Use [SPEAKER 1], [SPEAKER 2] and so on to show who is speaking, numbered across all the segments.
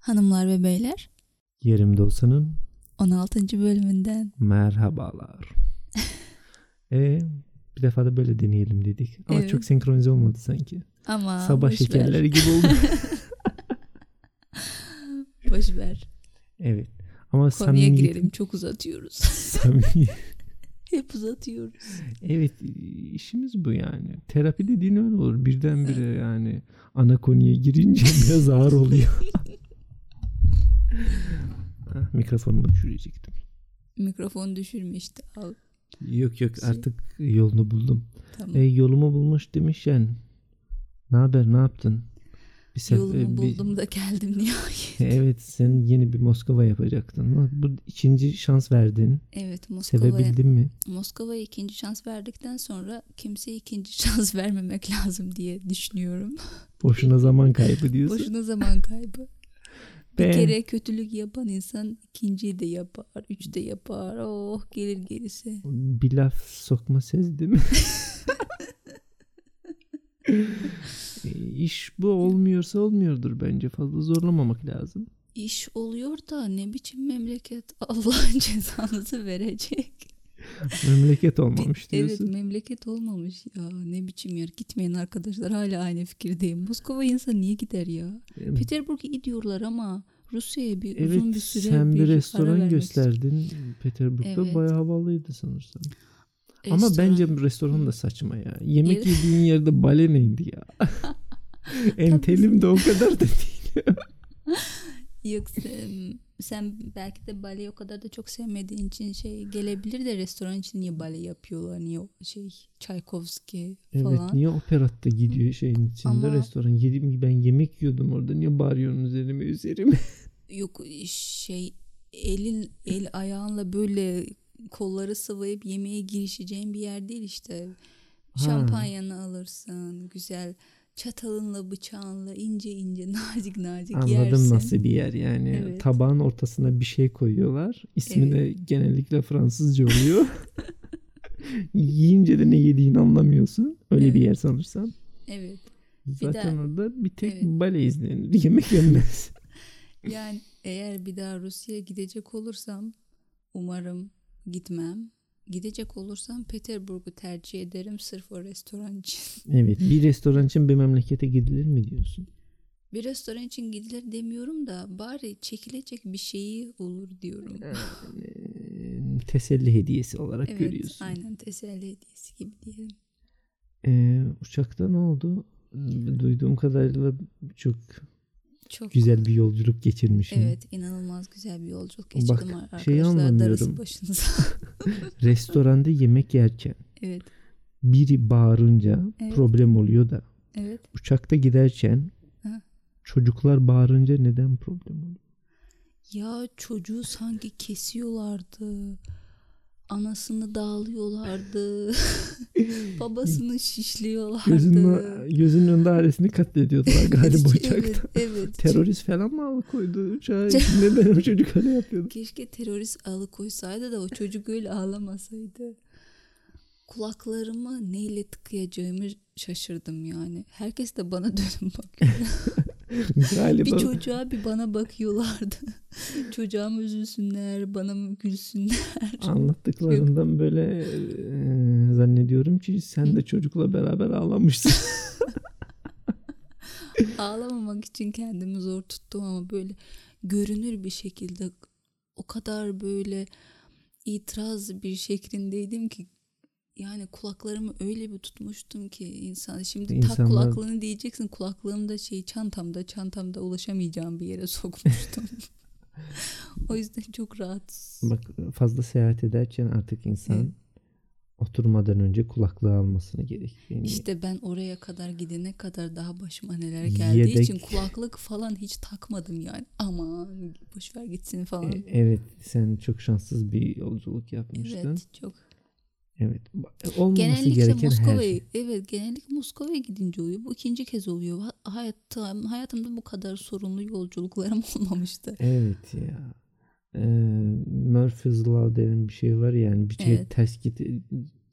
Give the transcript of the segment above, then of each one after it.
[SPEAKER 1] Hanımlar ve beyler
[SPEAKER 2] Yerimde Olsan'ın
[SPEAKER 1] 16. bölümünden
[SPEAKER 2] merhabalar. e bir defa da böyle deneyelim dedik. Ama
[SPEAKER 1] Evet.
[SPEAKER 2] çok senkronize olmadı sanki.
[SPEAKER 1] ama
[SPEAKER 2] Sabah
[SPEAKER 1] boş ver,
[SPEAKER 2] şekerleri gibi oldu.
[SPEAKER 1] boş ver.
[SPEAKER 2] evet. Ama
[SPEAKER 1] Konuya
[SPEAKER 2] samimi-
[SPEAKER 1] girelim çok uzatıyoruz.
[SPEAKER 2] samimi-
[SPEAKER 1] Hep uzatıyoruz.
[SPEAKER 2] evet işimiz bu yani. Terapi dediğin öyle olur. Birdenbire yani ana konuya girince biraz ağır oluyor. Ah, Mikrofonumu düşürecektim.
[SPEAKER 1] Mikrofonu düşürme işte al.
[SPEAKER 2] Yok yok
[SPEAKER 1] Şey-
[SPEAKER 2] artık yolunu buldum.
[SPEAKER 1] Tamam.
[SPEAKER 2] E, yolumu bulmuş demiş yani. Ne haber ne yaptın? Bir sef-
[SPEAKER 1] Yolumu
[SPEAKER 2] e, bir-
[SPEAKER 1] buldum da geldim nihayet.
[SPEAKER 2] Evet sen yeni bir Moskova yapacaktın. Lan Bu ikinci şans verdin.
[SPEAKER 1] Evet Moskova'ya
[SPEAKER 2] Sevebildin mi?
[SPEAKER 1] Moskova'ya ikinci şans verdikten sonra kimseye ikinci şans vermemek lazım diye düşünüyorum.
[SPEAKER 2] Boşuna zaman kaybı diyorsun.
[SPEAKER 1] Boşuna zaman kaybı.
[SPEAKER 2] Ben-
[SPEAKER 1] Bir kere kötülük yapan insan ikinciyi de yapar, üçü de yapar. Oh gelir gerisi.
[SPEAKER 2] Bir laf sokma söz değil mi? E, İş bu olmuyorsa olmuyordur bence. Fazla zorlamamak lazım.
[SPEAKER 1] İş oluyor da ne biçim memleket Allah'ın cezanızı verecek.
[SPEAKER 2] Memleket
[SPEAKER 1] Bir-
[SPEAKER 2] olmamış
[SPEAKER 1] evet
[SPEAKER 2] diyorsun.
[SPEAKER 1] memleket olmamış ya ne biçim yer gitmeyin arkadaşlar hala aynı fikirdeyim. Moskova insan niye gider ya?
[SPEAKER 2] E,
[SPEAKER 1] Peterburg'a gidiyorlar ama Rusya'ya bir
[SPEAKER 2] Evet,
[SPEAKER 1] uzun bir süre
[SPEAKER 2] sen bir
[SPEAKER 1] ara
[SPEAKER 2] restoran
[SPEAKER 1] vermek istiyor.
[SPEAKER 2] gösterdin Peterburg'da
[SPEAKER 1] Evet.
[SPEAKER 2] bayağı havalıydı sanırsam. Ama
[SPEAKER 1] Restoran.
[SPEAKER 2] bence restoran da saçma ya. Yemek
[SPEAKER 1] Evet.
[SPEAKER 2] yediğin yerde bale neydi ya? Entelim de o kadar da değil.
[SPEAKER 1] Yok sen, sen belki de bale o kadar da çok sevmediğin için şey gelebilir de restoran için niye bale yapıyorlar niye o şey Çaykovski
[SPEAKER 2] Evet
[SPEAKER 1] falan.
[SPEAKER 2] niye operatta gidiyor şeyin içinde
[SPEAKER 1] Ama-
[SPEAKER 2] restoran? Yedim, ben yemek yiyordum orada. Niye bağırıyorsun üzerime üzerime?
[SPEAKER 1] Yok şey elin el ayağınla böyle kolları sıvayıp yemeğe girişeceğin bir yer değil işte.
[SPEAKER 2] Ha.
[SPEAKER 1] Şampanyanı alırsın güzel çatalınla bıçağınla ince ince nazik nazik
[SPEAKER 2] Anladım
[SPEAKER 1] yersin.
[SPEAKER 2] nasıl bir yer yani.
[SPEAKER 1] Evet.
[SPEAKER 2] Tabağın ortasına bir şey koyuyorlar. İsmi de genellikle Fransızca oluyor. Yiyince de ne yediğini anlamıyorsun. Öyle bir
[SPEAKER 1] Evet.
[SPEAKER 2] yer sanırsam.
[SPEAKER 1] Evet.
[SPEAKER 2] Zaten orada bir tek
[SPEAKER 1] Evet.
[SPEAKER 2] bale izlenir. Yemek yenmez.
[SPEAKER 1] Yani eğer bir daha Rusya'ya gidecek olursam umarım gitmem. Gidecek olursam Peterburg'u tercih ederim sırf o restoran için.
[SPEAKER 2] evet bir restoran için bir memlekete gidilir mi diyorsun?
[SPEAKER 1] Bir restoran için gidilir demiyorum da bari çekilecek bir şeyi olur diyorum.
[SPEAKER 2] Ee, Teselli hediyesi olarak
[SPEAKER 1] Evet,
[SPEAKER 2] görüyorsun.
[SPEAKER 1] aynen teselli hediyesi gibi diyelim.
[SPEAKER 2] Ee, uçakta ne oldu? Ee, Duyduğum kadarıyla çok
[SPEAKER 1] Çok
[SPEAKER 2] güzel bir yolculuk geçirmişim.
[SPEAKER 1] Evet, inanılmaz güzel bir yolculuk
[SPEAKER 2] Bak,
[SPEAKER 1] geçirdim ar- arkadaşlar.
[SPEAKER 2] şeyi anlamıyorum.
[SPEAKER 1] Darısı başınıza.
[SPEAKER 2] Restoranda yemek yerken
[SPEAKER 1] evet,
[SPEAKER 2] biri bağırınca
[SPEAKER 1] Evet.
[SPEAKER 2] problem oluyor da
[SPEAKER 1] evet.
[SPEAKER 2] uçakta giderken
[SPEAKER 1] Hı.
[SPEAKER 2] çocuklar bağırınca neden problem oluyor?
[SPEAKER 1] Ya çocuğu sanki kesiyorlardı. Anasını dağlıyorlardı. Babasını şişliyorlardı.
[SPEAKER 2] Gözünün, gözünün önünde ailesini katlediyordular galiba uçakta.
[SPEAKER 1] Evet, evet.
[SPEAKER 2] Terörist falan mı alıkoydu uçağa? neden o çocuk öyle yapıyordu?
[SPEAKER 1] Keşke terörist alıkoysaydı da o çocuk öyle ağlamasaydı. Kulaklarımı neyle tıkayacağımı şaşırdım yani. Herkes de bana dönüp bakıyor.
[SPEAKER 2] Galiba
[SPEAKER 1] bir çocuğa bir bana bakıyorlardı. Çocuğa mı üzülsünler, bana mı gülsünler?
[SPEAKER 2] anlattıklarından böyle e, zannediyorum ki sen de çocukla beraber ağlamışsın.
[SPEAKER 1] Ağlamamak için kendimi zor tuttum ama böyle görünür bir şekilde o kadar böyle itiraz bir şeklindeydim ki yani kulaklarımı öyle bir tutmuştum ki insan şimdi tak
[SPEAKER 2] İnsanlar-
[SPEAKER 1] kulaklığını diyeceksin kulaklığımda şey çantamda çantamda ulaşamayacağım bir yere sokmuştum. o yüzden çok rahat.
[SPEAKER 2] Bak fazla seyahat ederken artık insan
[SPEAKER 1] Evet.
[SPEAKER 2] oturmadan önce kulaklığı almasını gerektiğini.
[SPEAKER 1] İşte ben oraya kadar gidene kadar daha başıma neler geldiği
[SPEAKER 2] Yedek-
[SPEAKER 1] için kulaklık falan hiç takmadım yani. Aman boşver gitsin falan.
[SPEAKER 2] E, Evet sen çok şanssız bir yolculuk yapmıştın. Evet.
[SPEAKER 1] Evet çok.
[SPEAKER 2] Ba- e, Olmaması
[SPEAKER 1] Genellikle
[SPEAKER 2] gereken her
[SPEAKER 1] Moskova'ya
[SPEAKER 2] şey.
[SPEAKER 1] evet genellikle Moskova'ya gidince oluyor. Bu ikinci kez oluyor. Ha- Hayatım, hayatımda bu kadar sorunlu yolculuklarım olmamıştı.
[SPEAKER 2] Evet ya. Ee, Murphy's Law denen bir şey var yani bir şey
[SPEAKER 1] Evet.
[SPEAKER 2] ters git-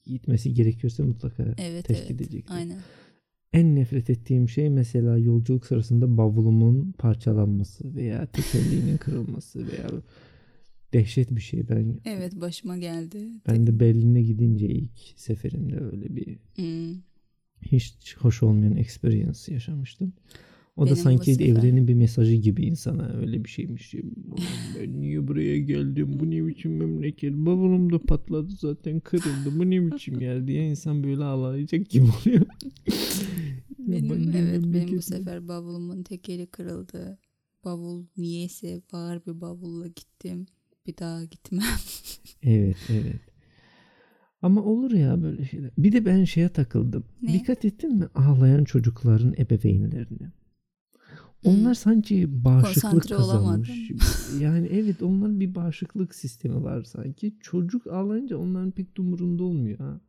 [SPEAKER 2] gitmesi gerekiyorsa mutlaka
[SPEAKER 1] Evet
[SPEAKER 2] ters
[SPEAKER 1] evet.
[SPEAKER 2] gidecektir.
[SPEAKER 1] Aynen.
[SPEAKER 2] En nefret ettiğim şey mesela yolculuk sırasında bavulumun parçalanması veya tekerleğinin kırılması veya dehşet bir şey. Ben
[SPEAKER 1] Evet başıma geldi.
[SPEAKER 2] ben de Berlin'e gidince ilk seferimde öyle bir
[SPEAKER 1] Hmm.
[SPEAKER 2] hiç hoş olmayan experience yaşamıştım. O
[SPEAKER 1] Benim
[SPEAKER 2] da
[SPEAKER 1] bu
[SPEAKER 2] sanki
[SPEAKER 1] sefer-
[SPEAKER 2] evrenin bir mesajı gibi insana öyle bir şeymiş. Ben niye buraya geldim? Bu ne biçim memleket? Bavulum da patladı zaten kırıldı. Bu ne biçim yer diye insan böyle ağlayacak gibi oluyor. Ya
[SPEAKER 1] Benim
[SPEAKER 2] ben ne
[SPEAKER 1] evet benim bu
[SPEAKER 2] memleketim?
[SPEAKER 1] sefer bavulumun tekeri kırıldı. Bavul niyeyse ağır bir bavulla gittim. Bir daha gitmem.
[SPEAKER 2] Evet evet. Ama olur ya böyle şeyler. Bir de ben şeye takıldım.
[SPEAKER 1] Ne? Hmm.
[SPEAKER 2] Dikkat ettin mi ağlayan çocukların ebeveynlerine? Onlar sanki bağışıklık
[SPEAKER 1] Konsantre olamadım.
[SPEAKER 2] kazanmış. Yani evet onların bir bağışıklık sistemi var sanki. Çocuk ağlayınca onların pek dumurunda olmuyor. Ha.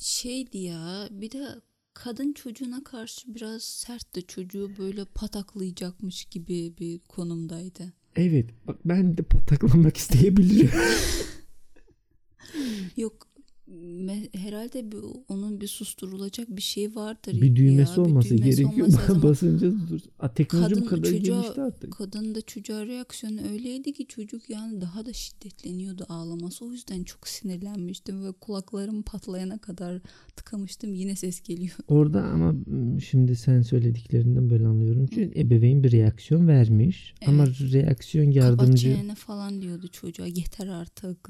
[SPEAKER 1] Şeydi ya bir de kadın çocuğuna karşı biraz sertti. Çocuğu böyle pataklayacakmış gibi bir konumdaydı.
[SPEAKER 2] Evet bak ben de pataklamak isteyebilirim.
[SPEAKER 1] Yok me- herhalde bir, onun bir susturulacak bir şey vardır.
[SPEAKER 2] bir düğmesi
[SPEAKER 1] ya, bir
[SPEAKER 2] olması
[SPEAKER 1] düğmesi
[SPEAKER 2] gerekiyor.
[SPEAKER 1] olması lazım.
[SPEAKER 2] Basınca dur. Aa, Teknoloji bu
[SPEAKER 1] Kadın
[SPEAKER 2] kadar
[SPEAKER 1] çocuğa-
[SPEAKER 2] gelişti artık.
[SPEAKER 1] Kadın da çocuğa reaksiyonu öyleydi ki çocuk yani daha da şiddetleniyordu ağlaması. O yüzden çok sinirlenmiştim ve kulaklarım patlayana kadar tıkamıştım. Yine ses geliyor.
[SPEAKER 2] Orada ama m, şimdi sen söylediklerinden böyle anlıyorum ki ebeveyn bir reaksiyon vermiş ama reaksiyon
[SPEAKER 1] Kapat
[SPEAKER 2] yardımcı
[SPEAKER 1] çeneni falan diyordu çocuğa. Yeter artık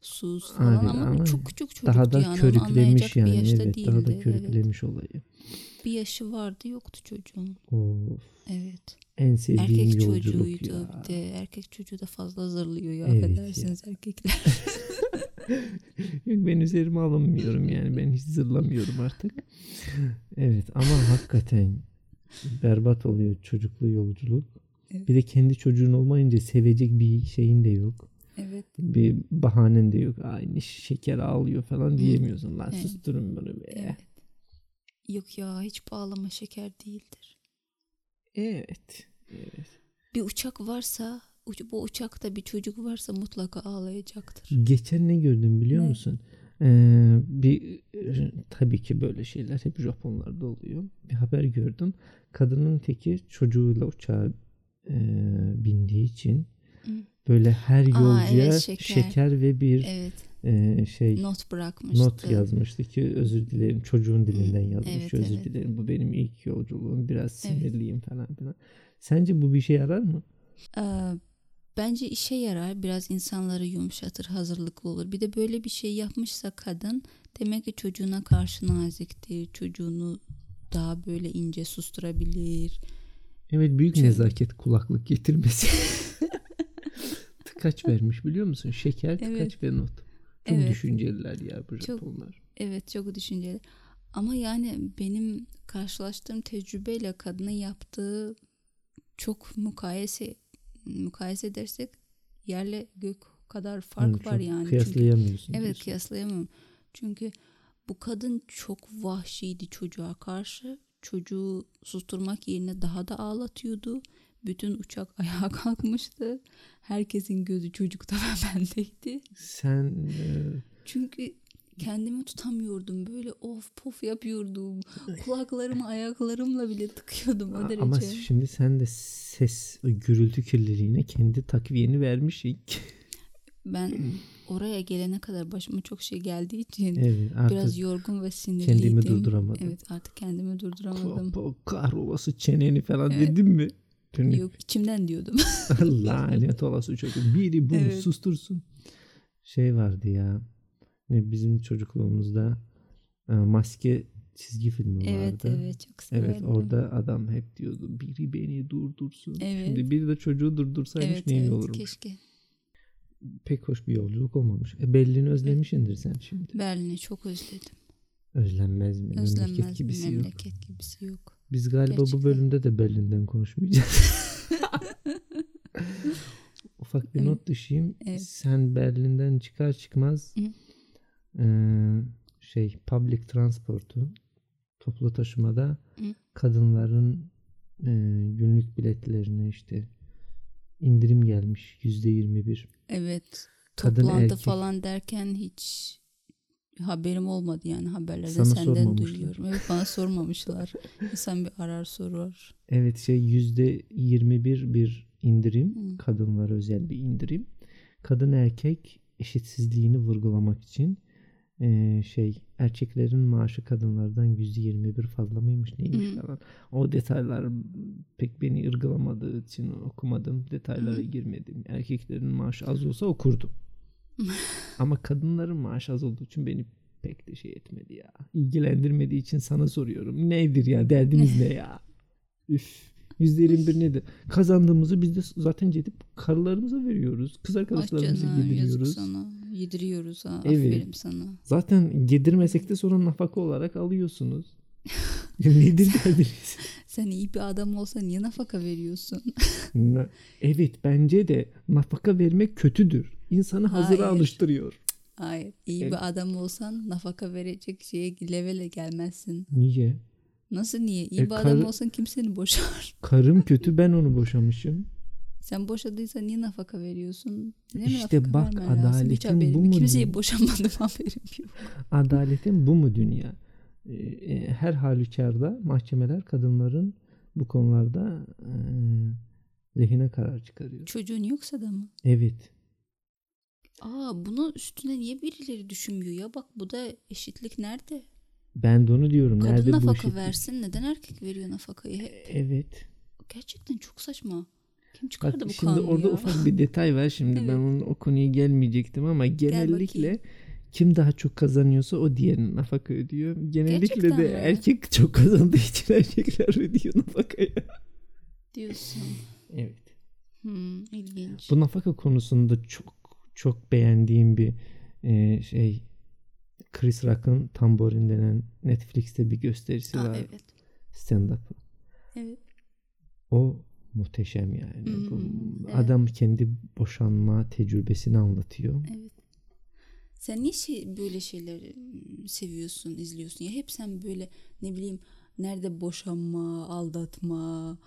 [SPEAKER 1] sus falan
[SPEAKER 2] Aynen,
[SPEAKER 1] ama,
[SPEAKER 2] ama
[SPEAKER 1] çok küçük çocuktu
[SPEAKER 2] daha da
[SPEAKER 1] yani. Onu anlayacak
[SPEAKER 2] körüklemiş
[SPEAKER 1] bir
[SPEAKER 2] yani
[SPEAKER 1] yaşta
[SPEAKER 2] evet
[SPEAKER 1] değildi.
[SPEAKER 2] daha da
[SPEAKER 1] Evet.
[SPEAKER 2] körüklemiş olayı.
[SPEAKER 1] Bir yaşı vardı yoktu çocuğun.
[SPEAKER 2] Of,
[SPEAKER 1] Evet.
[SPEAKER 2] en sevdiğim
[SPEAKER 1] Erkek
[SPEAKER 2] yolculuk
[SPEAKER 1] çocuğuydu
[SPEAKER 2] ya.
[SPEAKER 1] bir de. Erkek çocuğu da fazla zırlıyor ya.
[SPEAKER 2] Evet ya.
[SPEAKER 1] Affedersiniz erkekler.
[SPEAKER 2] Yok ben üzerime alınmıyorum yani ben hiç zırlamıyorum artık. evet ama hakikaten berbat oluyor çocuklu yolculuk.
[SPEAKER 1] Evet.
[SPEAKER 2] Bir de kendi çocuğun olmayınca sevecek bir şeyin de yok.
[SPEAKER 1] Evet.
[SPEAKER 2] bir bahanen de yok. Aynı şeker ağlıyor falan diyemiyorsun. Lan
[SPEAKER 1] Evet.
[SPEAKER 2] susturun bunu be.
[SPEAKER 1] Evet. Yok ya hiç bağlama şeker değildir.
[SPEAKER 2] Evet. Evet.
[SPEAKER 1] Bir uçak varsa uç- bu uçakta bir çocuk varsa mutlaka ağlayacaktır.
[SPEAKER 2] Geçen ne gördüm biliyor
[SPEAKER 1] Ne?
[SPEAKER 2] musun? Ee, bir e, tabii ki böyle şeyler hep Japonlarda oluyor. Bir haber gördüm. Kadının teki çocuğuyla uçağa e, bindiği için
[SPEAKER 1] Hı.
[SPEAKER 2] böyle her
[SPEAKER 1] Aa,
[SPEAKER 2] yolcuya
[SPEAKER 1] evet,
[SPEAKER 2] şeker.
[SPEAKER 1] şeker.
[SPEAKER 2] ve bir
[SPEAKER 1] Evet
[SPEAKER 2] e, şey
[SPEAKER 1] not bırakmıştı.
[SPEAKER 2] not yazmıştı ki özür dilerim çocuğun dilinden yazmış
[SPEAKER 1] evet,
[SPEAKER 2] özür
[SPEAKER 1] evet.
[SPEAKER 2] dilerim bu benim ilk yolculuğum biraz
[SPEAKER 1] Evet.
[SPEAKER 2] sinirliyim falan filan. Sence bu bir şey yarar mı?
[SPEAKER 1] Ee, bence işe yarar biraz insanları yumuşatır hazırlıklı olur. Bir de böyle bir şey yapmışsa kadın demek ki çocuğuna karşı naziktir. Çocuğunu daha böyle ince susturabilir.
[SPEAKER 2] Evet büyük
[SPEAKER 1] Şey-
[SPEAKER 2] nezaket kulaklık getirmesi. tıkaç vermiş biliyor musun? Şeker tıkaç
[SPEAKER 1] Evet.
[SPEAKER 2] ve not. Çok
[SPEAKER 1] Evet.
[SPEAKER 2] düşünceliler ya bu
[SPEAKER 1] Çok-
[SPEAKER 2] Japonlar.
[SPEAKER 1] Evet çok düşünceli. Ama yani benim karşılaştığım tecrübeyle kadının yaptığı çok mukayese mukayese edersek yerle gök kadar fark
[SPEAKER 2] Yani
[SPEAKER 1] var
[SPEAKER 2] çok
[SPEAKER 1] yani. Çünkü-
[SPEAKER 2] Kıyaslayamıyorsun.
[SPEAKER 1] evet
[SPEAKER 2] diyorsun.
[SPEAKER 1] kıyaslayamam. Çünkü bu kadın çok vahşiydi çocuğa karşı. Çocuğu susturmak yerine daha da ağlatıyordu. Bütün uçak ayağa kalkmıştı. Herkesin gözü çocukta ve bendeydi.
[SPEAKER 2] Sen e,
[SPEAKER 1] Çünkü kendimi tutamıyordum. Böyle of pof yapıyordum. Kulaklarımı ayaklarımla bile tıkıyordum o
[SPEAKER 2] A-
[SPEAKER 1] derece.
[SPEAKER 2] Ama şimdi sen de ses e, gürültü kirliliğine kendi takviyeni vermiş ilk.
[SPEAKER 1] Ben oraya gelene kadar başıma çok şey geldiği için
[SPEAKER 2] evet artık
[SPEAKER 1] biraz yorgun ve sinirliydim.
[SPEAKER 2] kendimi durduramadım.
[SPEAKER 1] Evet artık kendimi durduramadım.
[SPEAKER 2] Popo kahrolası çeneni falan
[SPEAKER 1] Evet.
[SPEAKER 2] dedim mi? Dönüp,
[SPEAKER 1] Yok içimden diyordum.
[SPEAKER 2] Lanet olası çocuk. Biri bunu
[SPEAKER 1] Evet.
[SPEAKER 2] sustursun. Şey vardı ya. Ne bizim çocukluğumuzda e, maske çizgi filmi
[SPEAKER 1] evet
[SPEAKER 2] vardı.
[SPEAKER 1] evet çok severdim.
[SPEAKER 2] Evet orada adam hep diyordu biri beni durdursun.
[SPEAKER 1] Evet.
[SPEAKER 2] Şimdi biri de çocuğu durdursaymış
[SPEAKER 1] evet,
[SPEAKER 2] neyin
[SPEAKER 1] evet,
[SPEAKER 2] olurmuş.
[SPEAKER 1] keşke.
[SPEAKER 2] Pek hoş bir yolculuk olmamış. E, Berlin'i özlemişindir sen şimdi.
[SPEAKER 1] Berlin'i çok özledim.
[SPEAKER 2] Özlenmez mi? Memleket
[SPEAKER 1] Özlenmez bir
[SPEAKER 2] gibisi yok.
[SPEAKER 1] memleket gibisi yok.
[SPEAKER 2] Biz galiba
[SPEAKER 1] Gerçekten.
[SPEAKER 2] bu bölümde de Berlin'den konuşmayacağız. Ufak bir
[SPEAKER 1] Hı.
[SPEAKER 2] not düşeyim.
[SPEAKER 1] Evet.
[SPEAKER 2] Sen Berlin'den çıkar çıkmaz
[SPEAKER 1] Hı.
[SPEAKER 2] eee, şey public transportu toplu taşımada
[SPEAKER 1] Hı.
[SPEAKER 2] kadınların eee, günlük biletlerine işte indirim gelmiş yüzde yirmi bir.
[SPEAKER 1] Evet.
[SPEAKER 2] Kadın,
[SPEAKER 1] Toplantı
[SPEAKER 2] erkek.
[SPEAKER 1] falan derken hiç haberim olmadı yani haberlerde
[SPEAKER 2] Sana
[SPEAKER 1] senden
[SPEAKER 2] sormamışlar.
[SPEAKER 1] duyuyorum. Evet bana sormamışlar. İnsan bir arar sorar.
[SPEAKER 2] Evet şey yüzde 21 bir indirim.
[SPEAKER 1] Hı.
[SPEAKER 2] Kadınlara özel bir indirim. Kadın erkek eşitsizliğini vurgulamak için eee, şey erkeklerin maaşı kadınlardan yüzde 21 fazla mıymış neymiş
[SPEAKER 1] Hı.
[SPEAKER 2] falan. O detaylar pek beni ırgalamadığı için okumadım. Detaylara girmedim. Erkeklerin maaşı az olsa okurdum. Ama kadınların maaşı az olduğu için beni pek de şey etmedi ya. İlgilendirmediği için sana soruyorum. Nedir ya derdiniz ne ya? Üf. %21 nedir? Kazandığımızı biz de zaten cedip karılarımıza veriyoruz. Kız
[SPEAKER 1] Aç
[SPEAKER 2] arkadaşlarımıza
[SPEAKER 1] canına yazık
[SPEAKER 2] yediriyoruz.
[SPEAKER 1] sana. Yediriyoruz ha.
[SPEAKER 2] Evet.
[SPEAKER 1] Aferin sana.
[SPEAKER 2] Zaten yedirmesek de sonra nafaka olarak alıyorsunuz. Nedir derdiniz?
[SPEAKER 1] Sen iyi bir adam olsa niye nafaka veriyorsun?
[SPEAKER 2] Na- evet bence de nafaka vermek kötüdür. İnsanı hazıra
[SPEAKER 1] Hayır.
[SPEAKER 2] alıştırıyor.
[SPEAKER 1] Hayır. iyi
[SPEAKER 2] Evet.
[SPEAKER 1] bir adam olsan nafaka verecek şeye levele gelmezsin.
[SPEAKER 2] Niye?
[SPEAKER 1] Nasıl niye? İyi
[SPEAKER 2] E,
[SPEAKER 1] bir adam
[SPEAKER 2] karı-
[SPEAKER 1] olsan kimseni boşar.
[SPEAKER 2] Karım kötü ben onu boşamışım.
[SPEAKER 1] Sen boşadıysan niye nafaka veriyorsun? Ne
[SPEAKER 2] İşte
[SPEAKER 1] nafaka
[SPEAKER 2] bak,
[SPEAKER 1] vermen lazım? Hiç
[SPEAKER 2] adaletin
[SPEAKER 1] haberim
[SPEAKER 2] bu
[SPEAKER 1] yok.
[SPEAKER 2] mu
[SPEAKER 1] Kimseyi
[SPEAKER 2] diyor?
[SPEAKER 1] boşamadım haberim yok.
[SPEAKER 2] Adaletin bu mu dünya? Ee, e, Her halükarda mahkemeler kadınların bu konularda e, lehine karar çıkarıyor.
[SPEAKER 1] Çocuğun yoksa da mı?
[SPEAKER 2] Evet.
[SPEAKER 1] Aa bunu üstüne niye birileri düşünmüyor ya? Bak bu da eşitlik nerede?
[SPEAKER 2] Ben de onu diyorum.
[SPEAKER 1] Kadın
[SPEAKER 2] Nerede bu
[SPEAKER 1] nafaka
[SPEAKER 2] eşitlik?
[SPEAKER 1] versin neden erkek veriyor nafakayı? He-
[SPEAKER 2] Evet.
[SPEAKER 1] Gerçekten çok saçma. Kim
[SPEAKER 2] Bak
[SPEAKER 1] çıkardı bu
[SPEAKER 2] şimdi
[SPEAKER 1] kanunu
[SPEAKER 2] orada
[SPEAKER 1] ya?
[SPEAKER 2] ufak bir detay var. Şimdi
[SPEAKER 1] Evet.
[SPEAKER 2] ben onun, o konuya gelmeyecektim ama genellikle
[SPEAKER 1] bakayım.
[SPEAKER 2] kim daha çok kazanıyorsa o diğerinin nafaka ödüyor. Genellikle
[SPEAKER 1] Gerçekten
[SPEAKER 2] de
[SPEAKER 1] mi?
[SPEAKER 2] erkek çok kazandığı için erkekler ödüyor nafakayı.
[SPEAKER 1] Diyorsun.
[SPEAKER 2] Evet.
[SPEAKER 1] Hmm, ilginç.
[SPEAKER 2] Bu nafaka konusunda çok çok beğendiğim bir e, şey Chris Rock'ın Tamborin denen Netflix'te bir gösterisi
[SPEAKER 1] Aa,
[SPEAKER 2] var
[SPEAKER 1] evet.
[SPEAKER 2] stand-up'ı.
[SPEAKER 1] Evet.
[SPEAKER 2] O muhteşem yani. Bu
[SPEAKER 1] Hmm, evet.
[SPEAKER 2] Adam kendi boşanma tecrübesini anlatıyor.
[SPEAKER 1] Evet. Sen niye şey, böyle şeyleri mm, seviyorsun, izliyorsun? Ya hep sen böyle ne bileyim nerede boşanma, aldatma,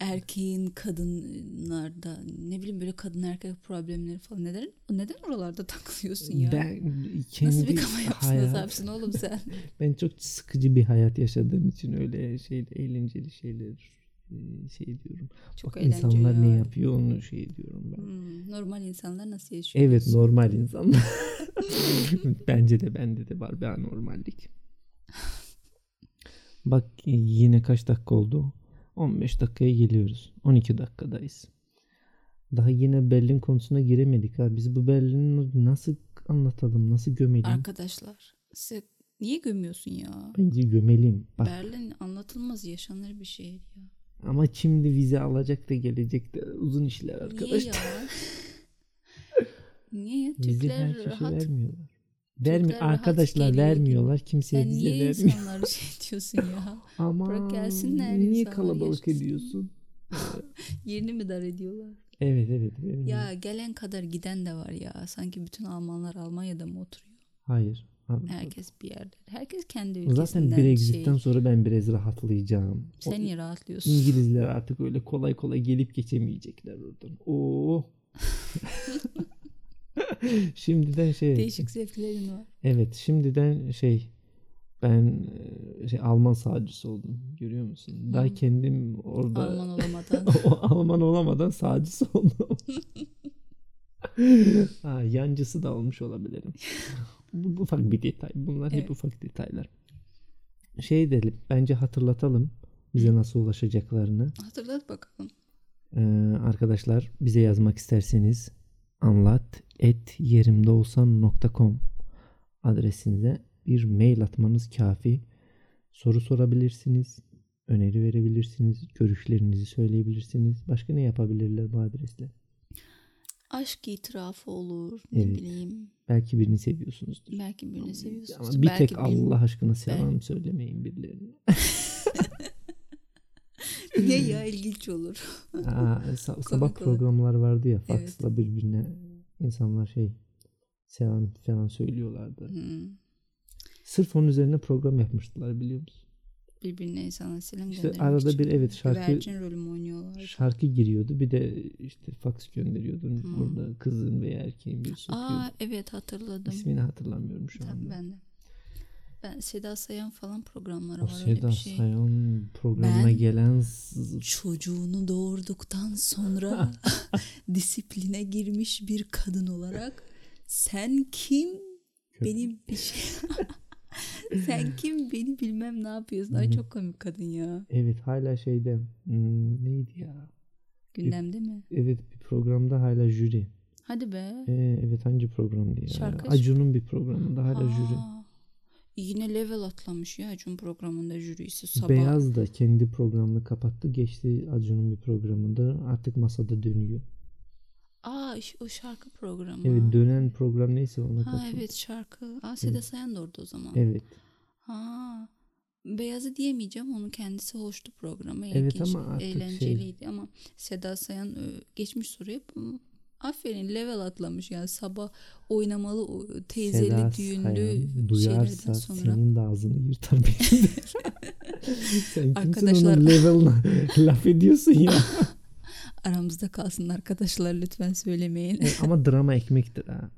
[SPEAKER 1] erkeğin kadınlarda ne bileyim böyle kadın erkek problemleri falan neden neden oralarda takılıyorsun ya?
[SPEAKER 2] Ben kendi
[SPEAKER 1] Nasıl bir kafa yapsınız
[SPEAKER 2] hayat,
[SPEAKER 1] absin oğlum sen?
[SPEAKER 2] ben çok sıkıcı bir hayat yaşadığım için öyle şey eğlenceli şeyler e, şey diyorum.
[SPEAKER 1] Çok
[SPEAKER 2] Bak
[SPEAKER 1] eğlenceli.
[SPEAKER 2] insanlar ne
[SPEAKER 1] ya.
[SPEAKER 2] yapıyor onu şey diyorum ben.
[SPEAKER 1] Hmm, normal insanlar nasıl yaşıyor?
[SPEAKER 2] Evet normal insanlar. Bence de bende de var bir anormallik. Bak yine kaç dakika oldu? 15 dakikaya geliyoruz. 12 dakikadayız. Daha yine Berlin konusuna giremedik ha. Biz bu Berlin'i nasıl anlatalım, nasıl gömelim?
[SPEAKER 1] Arkadaşlar siz niye gömüyorsun ya?
[SPEAKER 2] Bence gömelim. Bak
[SPEAKER 1] Berlin anlatılmaz yaşanır bir şehir ya.
[SPEAKER 2] ama şimdi vize alacak da gelecek de uzun işler arkadaşlar.
[SPEAKER 1] Niye ya?
[SPEAKER 2] Vize her
[SPEAKER 1] Türkler
[SPEAKER 2] kişi
[SPEAKER 1] rahat.
[SPEAKER 2] vermiyorlar. Vermi
[SPEAKER 1] rahat
[SPEAKER 2] arkadaşlar
[SPEAKER 1] geliyor.
[SPEAKER 2] vermiyorlar. Kimseye
[SPEAKER 1] Sen
[SPEAKER 2] vize
[SPEAKER 1] niye
[SPEAKER 2] vermiyor.
[SPEAKER 1] insanlara şey diyorsun ya?
[SPEAKER 2] Ama
[SPEAKER 1] Bırak gelsinler
[SPEAKER 2] niye
[SPEAKER 1] insanlar
[SPEAKER 2] kalabalık
[SPEAKER 1] yaşasın.
[SPEAKER 2] ediyorsun?
[SPEAKER 1] Yerini mi dar ediyorlar?
[SPEAKER 2] Evet evet. benim-
[SPEAKER 1] Ya gelen kadar giden de var ya. Sanki bütün Almanlar Almanya'da mı oturuyor?
[SPEAKER 2] Hayır. Abi,
[SPEAKER 1] Herkes bir yerde. Herkes kendi ülkesinden
[SPEAKER 2] Hmm. Zaten Brexit'ten
[SPEAKER 1] şey.
[SPEAKER 2] sonra ben biraz rahatlayacağım. O
[SPEAKER 1] Sen niye rahatlıyorsun?
[SPEAKER 2] İngilizler artık öyle kolay kolay gelip geçemeyecekler oradan. Oh. Oo. şimdiden şey.
[SPEAKER 1] Değişik zevklerin var.
[SPEAKER 2] Evet, şimdiden şey ben e, şey Alman sağcısı oldum. Görüyor musun? Daha
[SPEAKER 1] Hı.
[SPEAKER 2] kendim orada
[SPEAKER 1] Alman olamadan.
[SPEAKER 2] O Alman olamadan sağcısı oldum. ha, yancısı da olmuş olabilirim. Bu, bu ufak bir detay. Bunlar
[SPEAKER 1] Evet.
[SPEAKER 2] hep ufak detaylar. Şey dedim bence hatırlatalım bize nasıl ulaşacaklarını.
[SPEAKER 1] Hatırlat bakalım.
[SPEAKER 2] Ee, arkadaşlar bize yazmak isterseniz anlat et yerimde adresinize bir mail atmanız kafi. Soru sorabilirsiniz, öneri verebilirsiniz, görüşlerinizi söyleyebilirsiniz. Başka ne yapabilirler bu adresle?
[SPEAKER 1] Aşk itirafı olur. Ne
[SPEAKER 2] Evet.
[SPEAKER 1] bileyim.
[SPEAKER 2] Belki birini seviyorsunuzdur.
[SPEAKER 1] Belki birini
[SPEAKER 2] Ama
[SPEAKER 1] seviyorsunuz.
[SPEAKER 2] bir
[SPEAKER 1] Belki
[SPEAKER 2] tek
[SPEAKER 1] birini-
[SPEAKER 2] Allah aşkına selam söylemeyin birilerine.
[SPEAKER 1] Ne ya ilginç olur.
[SPEAKER 2] Aa, sa- sabah
[SPEAKER 1] olur.
[SPEAKER 2] programlar vardı ya
[SPEAKER 1] Evet.
[SPEAKER 2] faksla birbirine insanlar şey selam falan söylüyorlardı.
[SPEAKER 1] Hmm.
[SPEAKER 2] Sırf onun üzerine program yapmıştılar biliyor musun?
[SPEAKER 1] birbirine insanlara selam
[SPEAKER 2] İşte
[SPEAKER 1] göndermek
[SPEAKER 2] arada
[SPEAKER 1] için.
[SPEAKER 2] bir evet şarkı
[SPEAKER 1] Güvercin rolü mü oynuyorlar?
[SPEAKER 2] şarkı giriyordu. Bir de işte fax gönderiyordun.
[SPEAKER 1] Hmm.
[SPEAKER 2] Burada kızın veya erkeğin bir sokuyordu.
[SPEAKER 1] Aa evet hatırladım.
[SPEAKER 2] İsmini hatırlamıyorum şu
[SPEAKER 1] Tamam,
[SPEAKER 2] anda.
[SPEAKER 1] ben de. Ben Seda Sayan falan programları
[SPEAKER 2] o
[SPEAKER 1] var öyle
[SPEAKER 2] Seda
[SPEAKER 1] bir şey.
[SPEAKER 2] Sayan programına
[SPEAKER 1] Ben-
[SPEAKER 2] gelen s-
[SPEAKER 1] Çocuğunu doğurduktan sonra disipline girmiş bir kadın olarak sen kim
[SPEAKER 2] Kötü.
[SPEAKER 1] benim bir şey sen kim beni bilmem ne yapıyorsun ay
[SPEAKER 2] Hı.
[SPEAKER 1] çok komik kadın ya
[SPEAKER 2] evet hala şeyde hmm, neydi ya?
[SPEAKER 1] gündemde mi
[SPEAKER 2] Evet bir programda hala jüri.
[SPEAKER 1] hadi be
[SPEAKER 2] Ee, evet hangi programdı ya?
[SPEAKER 1] Şarkı-
[SPEAKER 2] Acun'un bir programında hala jüri.
[SPEAKER 1] Aa, yine level atlamış ya Acun programında jürisi sabah
[SPEAKER 2] Beyaz da kendi programını kapattı. Geçti Acun'un bir programında. Artık masada dönüyor.
[SPEAKER 1] aa ş- o şarkı programı
[SPEAKER 2] Evet dönen program neyse ona
[SPEAKER 1] ha
[SPEAKER 2] katıldı.
[SPEAKER 1] evet şarkı aa Seda Sayan da orada o zaman
[SPEAKER 2] Evet.
[SPEAKER 1] Ha, beyazı diyemeyeceğim. Onun kendisi hoştu programı.
[SPEAKER 2] Evet
[SPEAKER 1] ilginçti,
[SPEAKER 2] ama artık şey-
[SPEAKER 1] eğlenceliydi ama Seda Sayan ö, geçmiş soruya bu- aferin level atlamış yani sabah oynamalı o, teyzeli
[SPEAKER 2] Seda
[SPEAKER 1] düğünlü
[SPEAKER 2] Sayan
[SPEAKER 1] şeylerden
[SPEAKER 2] duyarsa
[SPEAKER 1] sonra
[SPEAKER 2] senin de ağzını yırtar benim de. Sen kimsin
[SPEAKER 1] Arkadaşlar-
[SPEAKER 2] onun level'ına laf ediyorsun ya.
[SPEAKER 1] aramızda kalsın arkadaşlar lütfen söylemeyin.
[SPEAKER 2] E, Ama drama ekmektir ha.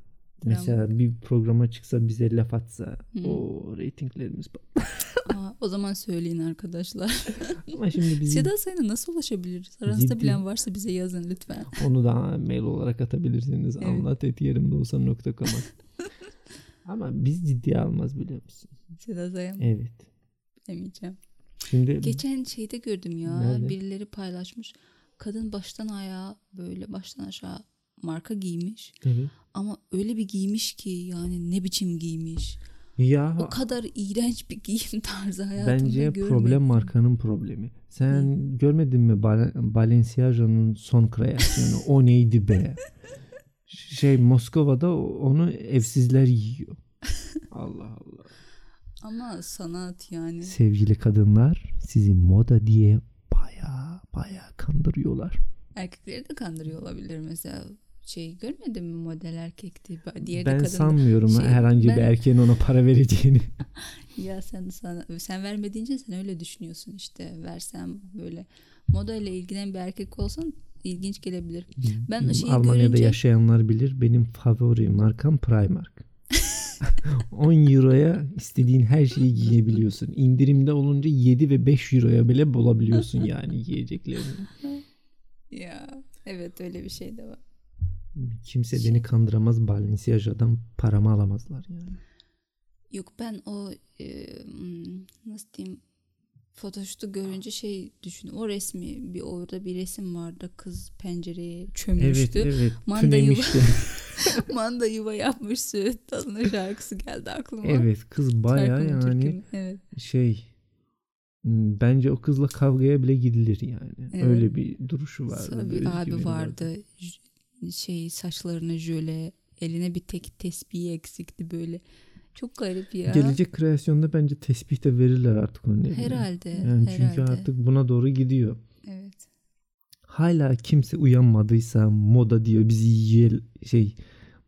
[SPEAKER 2] Mesela bir programa çıksa bize laf atsa
[SPEAKER 1] Hı.
[SPEAKER 2] o reytinglerimiz bak.
[SPEAKER 1] Aa, o zaman söyleyin arkadaşlar.
[SPEAKER 2] Ama şimdi bizim
[SPEAKER 1] Seda Sayan'a nasıl ulaşabiliriz? Aranızda
[SPEAKER 2] Ciddi.
[SPEAKER 1] bilen varsa bize yazın lütfen.
[SPEAKER 2] onu da mail olarak atabilirsiniz.
[SPEAKER 1] Evet.
[SPEAKER 2] Anlat et yerimde olsam nokta com'a. Ama biz ciddiye almaz biliyor musun?
[SPEAKER 1] Seda Sayan
[SPEAKER 2] Evet.
[SPEAKER 1] demeyeceğim.
[SPEAKER 2] Şimdi
[SPEAKER 1] Geçen şeyde gördüm ya
[SPEAKER 2] Nerede?
[SPEAKER 1] birileri paylaşmış. Kadın baştan ayağa böyle baştan aşağı marka giymiş.
[SPEAKER 2] Evet.
[SPEAKER 1] Ama öyle bir giymiş ki yani ne biçim giymiş.
[SPEAKER 2] ya
[SPEAKER 1] O kadar iğrenç bir giyim tarzı hayatımda
[SPEAKER 2] Bence
[SPEAKER 1] görmedim.
[SPEAKER 2] problem markanın problemi. Sen görmedin mi Bal- Balenciaga'nın son kreasyonu? o neydi be? Şey Moskova'da o- onu evsizler yiyor. Allah Allah.
[SPEAKER 1] Ama sanat yani.
[SPEAKER 2] Sevgili kadınlar sizi moda diye baya baya kandırıyorlar.
[SPEAKER 1] Erkekleri de kandırıyor olabilir mesela. Şey görmedin mi model erkekti. Diğeri de
[SPEAKER 2] ben
[SPEAKER 1] kadındı.
[SPEAKER 2] sanmıyorum
[SPEAKER 1] Şey,
[SPEAKER 2] herhangi
[SPEAKER 1] ben-
[SPEAKER 2] bir erkeğin ona para vereceğini.
[SPEAKER 1] Ya sen sana, sen vermediğince sen öyle düşünüyorsun işte. Versem böyle modayla ilgilenen bir erkek olsan ilginç gelebilir. Ben şeyi
[SPEAKER 2] Almanya'da
[SPEAKER 1] görünce-
[SPEAKER 2] yaşayanlar bilir benim favori markam Primark. 10 euroya istediğin her şeyi giyebiliyorsun. İndirimde olunca 7 ve 5 euroya bile bulabiliyorsun yani yiyeceklerini.
[SPEAKER 1] Ya evet öyle bir şey de var.
[SPEAKER 2] Kimse
[SPEAKER 1] Şey-
[SPEAKER 2] beni kandıramaz Balenciaga'dan paramı alamazlar yani.
[SPEAKER 1] Yok ben o e, hmm, nasıl diyeyim fotoşutu görünce şey düşün. O resmi bir orada bir resim vardı. Kız pencereye
[SPEAKER 2] Evet
[SPEAKER 1] çömmüştü.
[SPEAKER 2] evet
[SPEAKER 1] Manda yuva,
[SPEAKER 2] tünemişti.
[SPEAKER 1] manda yuva yapmış Söğüt Tazı'nın şarkısı geldi aklıma.
[SPEAKER 2] evet kız baya
[SPEAKER 1] Şarkının
[SPEAKER 2] yani
[SPEAKER 1] türkünün, Evet.
[SPEAKER 2] şey m, bence o kızla kavgaya bile gidilir yani.
[SPEAKER 1] Evet.
[SPEAKER 2] Öyle bir duruşu vardı.
[SPEAKER 1] Sonra
[SPEAKER 2] böyle
[SPEAKER 1] bir abi
[SPEAKER 2] güveni
[SPEAKER 1] vardı. J- Şey saçlarını jöle eline bir tek tesbihi eksikti böyle. Çok garip ya.
[SPEAKER 2] Gelecek kreasyonda bence tespih de verirler artık onun eline.
[SPEAKER 1] Herhalde.
[SPEAKER 2] Yani
[SPEAKER 1] herhalde.
[SPEAKER 2] çünkü artık buna doğru gidiyor.
[SPEAKER 1] Evet.
[SPEAKER 2] Hala kimse uyanmadıysa moda diyor bizi yiye şey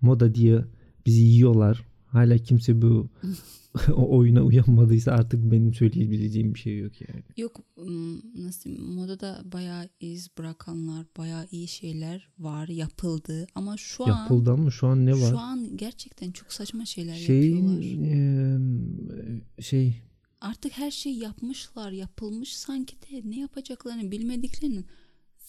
[SPEAKER 2] moda diye bizi yiyorlar. Hala kimse bu o oyuna uyanmadıysa artık benim söyleyebileceğim bir şey yok yani.
[SPEAKER 1] Yok ım, nasıl diyeyim, modada bayağı iz bırakanlar, bayağı iyi şeyler var, yapıldı. Ama şu an
[SPEAKER 2] Yapıldı ama şu an ne var? Şey-
[SPEAKER 1] şu an gerçekten çok saçma şeyler
[SPEAKER 2] Şeyin
[SPEAKER 1] yapıyorlar.
[SPEAKER 2] eee, şey
[SPEAKER 1] Artık her şey yapmışlar, yapılmış sanki de ne yapacaklarını bilmediklerinin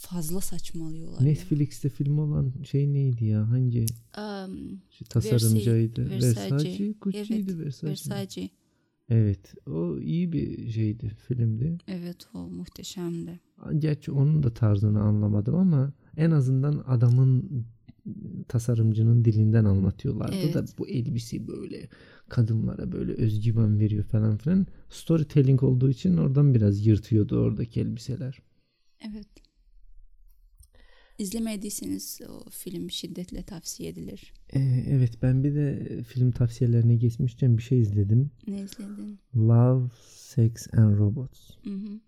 [SPEAKER 1] fazla saçmalıyorlar. ya.
[SPEAKER 2] Netflix'te film olan şey neydi ya? Hangi
[SPEAKER 1] Am,
[SPEAKER 2] şey, tasarımcıydı?
[SPEAKER 1] Versace.
[SPEAKER 2] Versace. Gucci'ydi
[SPEAKER 1] Evet,
[SPEAKER 2] Versace.
[SPEAKER 1] Versace.
[SPEAKER 2] Evet. O iyi bir şeydi, filmdi.
[SPEAKER 1] Evet o muhteşemdi.
[SPEAKER 2] Gerçi onun da tarzını anlamadım ama en azından adamın tasarımcının dilinden anlatıyorlardı da
[SPEAKER 1] Evet.
[SPEAKER 2] bu elbise böyle kadınlara böyle özgüven veriyor falan filan. Storytelling olduğu için oradan biraz yırtıyordu oradaki elbiseler.
[SPEAKER 1] Evet. İzlemediyseniz o film şiddetle tavsiye edilir.
[SPEAKER 2] Ee, evet ben bir de film tavsiyelerine geçmişken bir şey izledim.
[SPEAKER 1] Ne izledin?
[SPEAKER 2] Love, Sex and Robots. Ee,
[SPEAKER 1] Hı hı.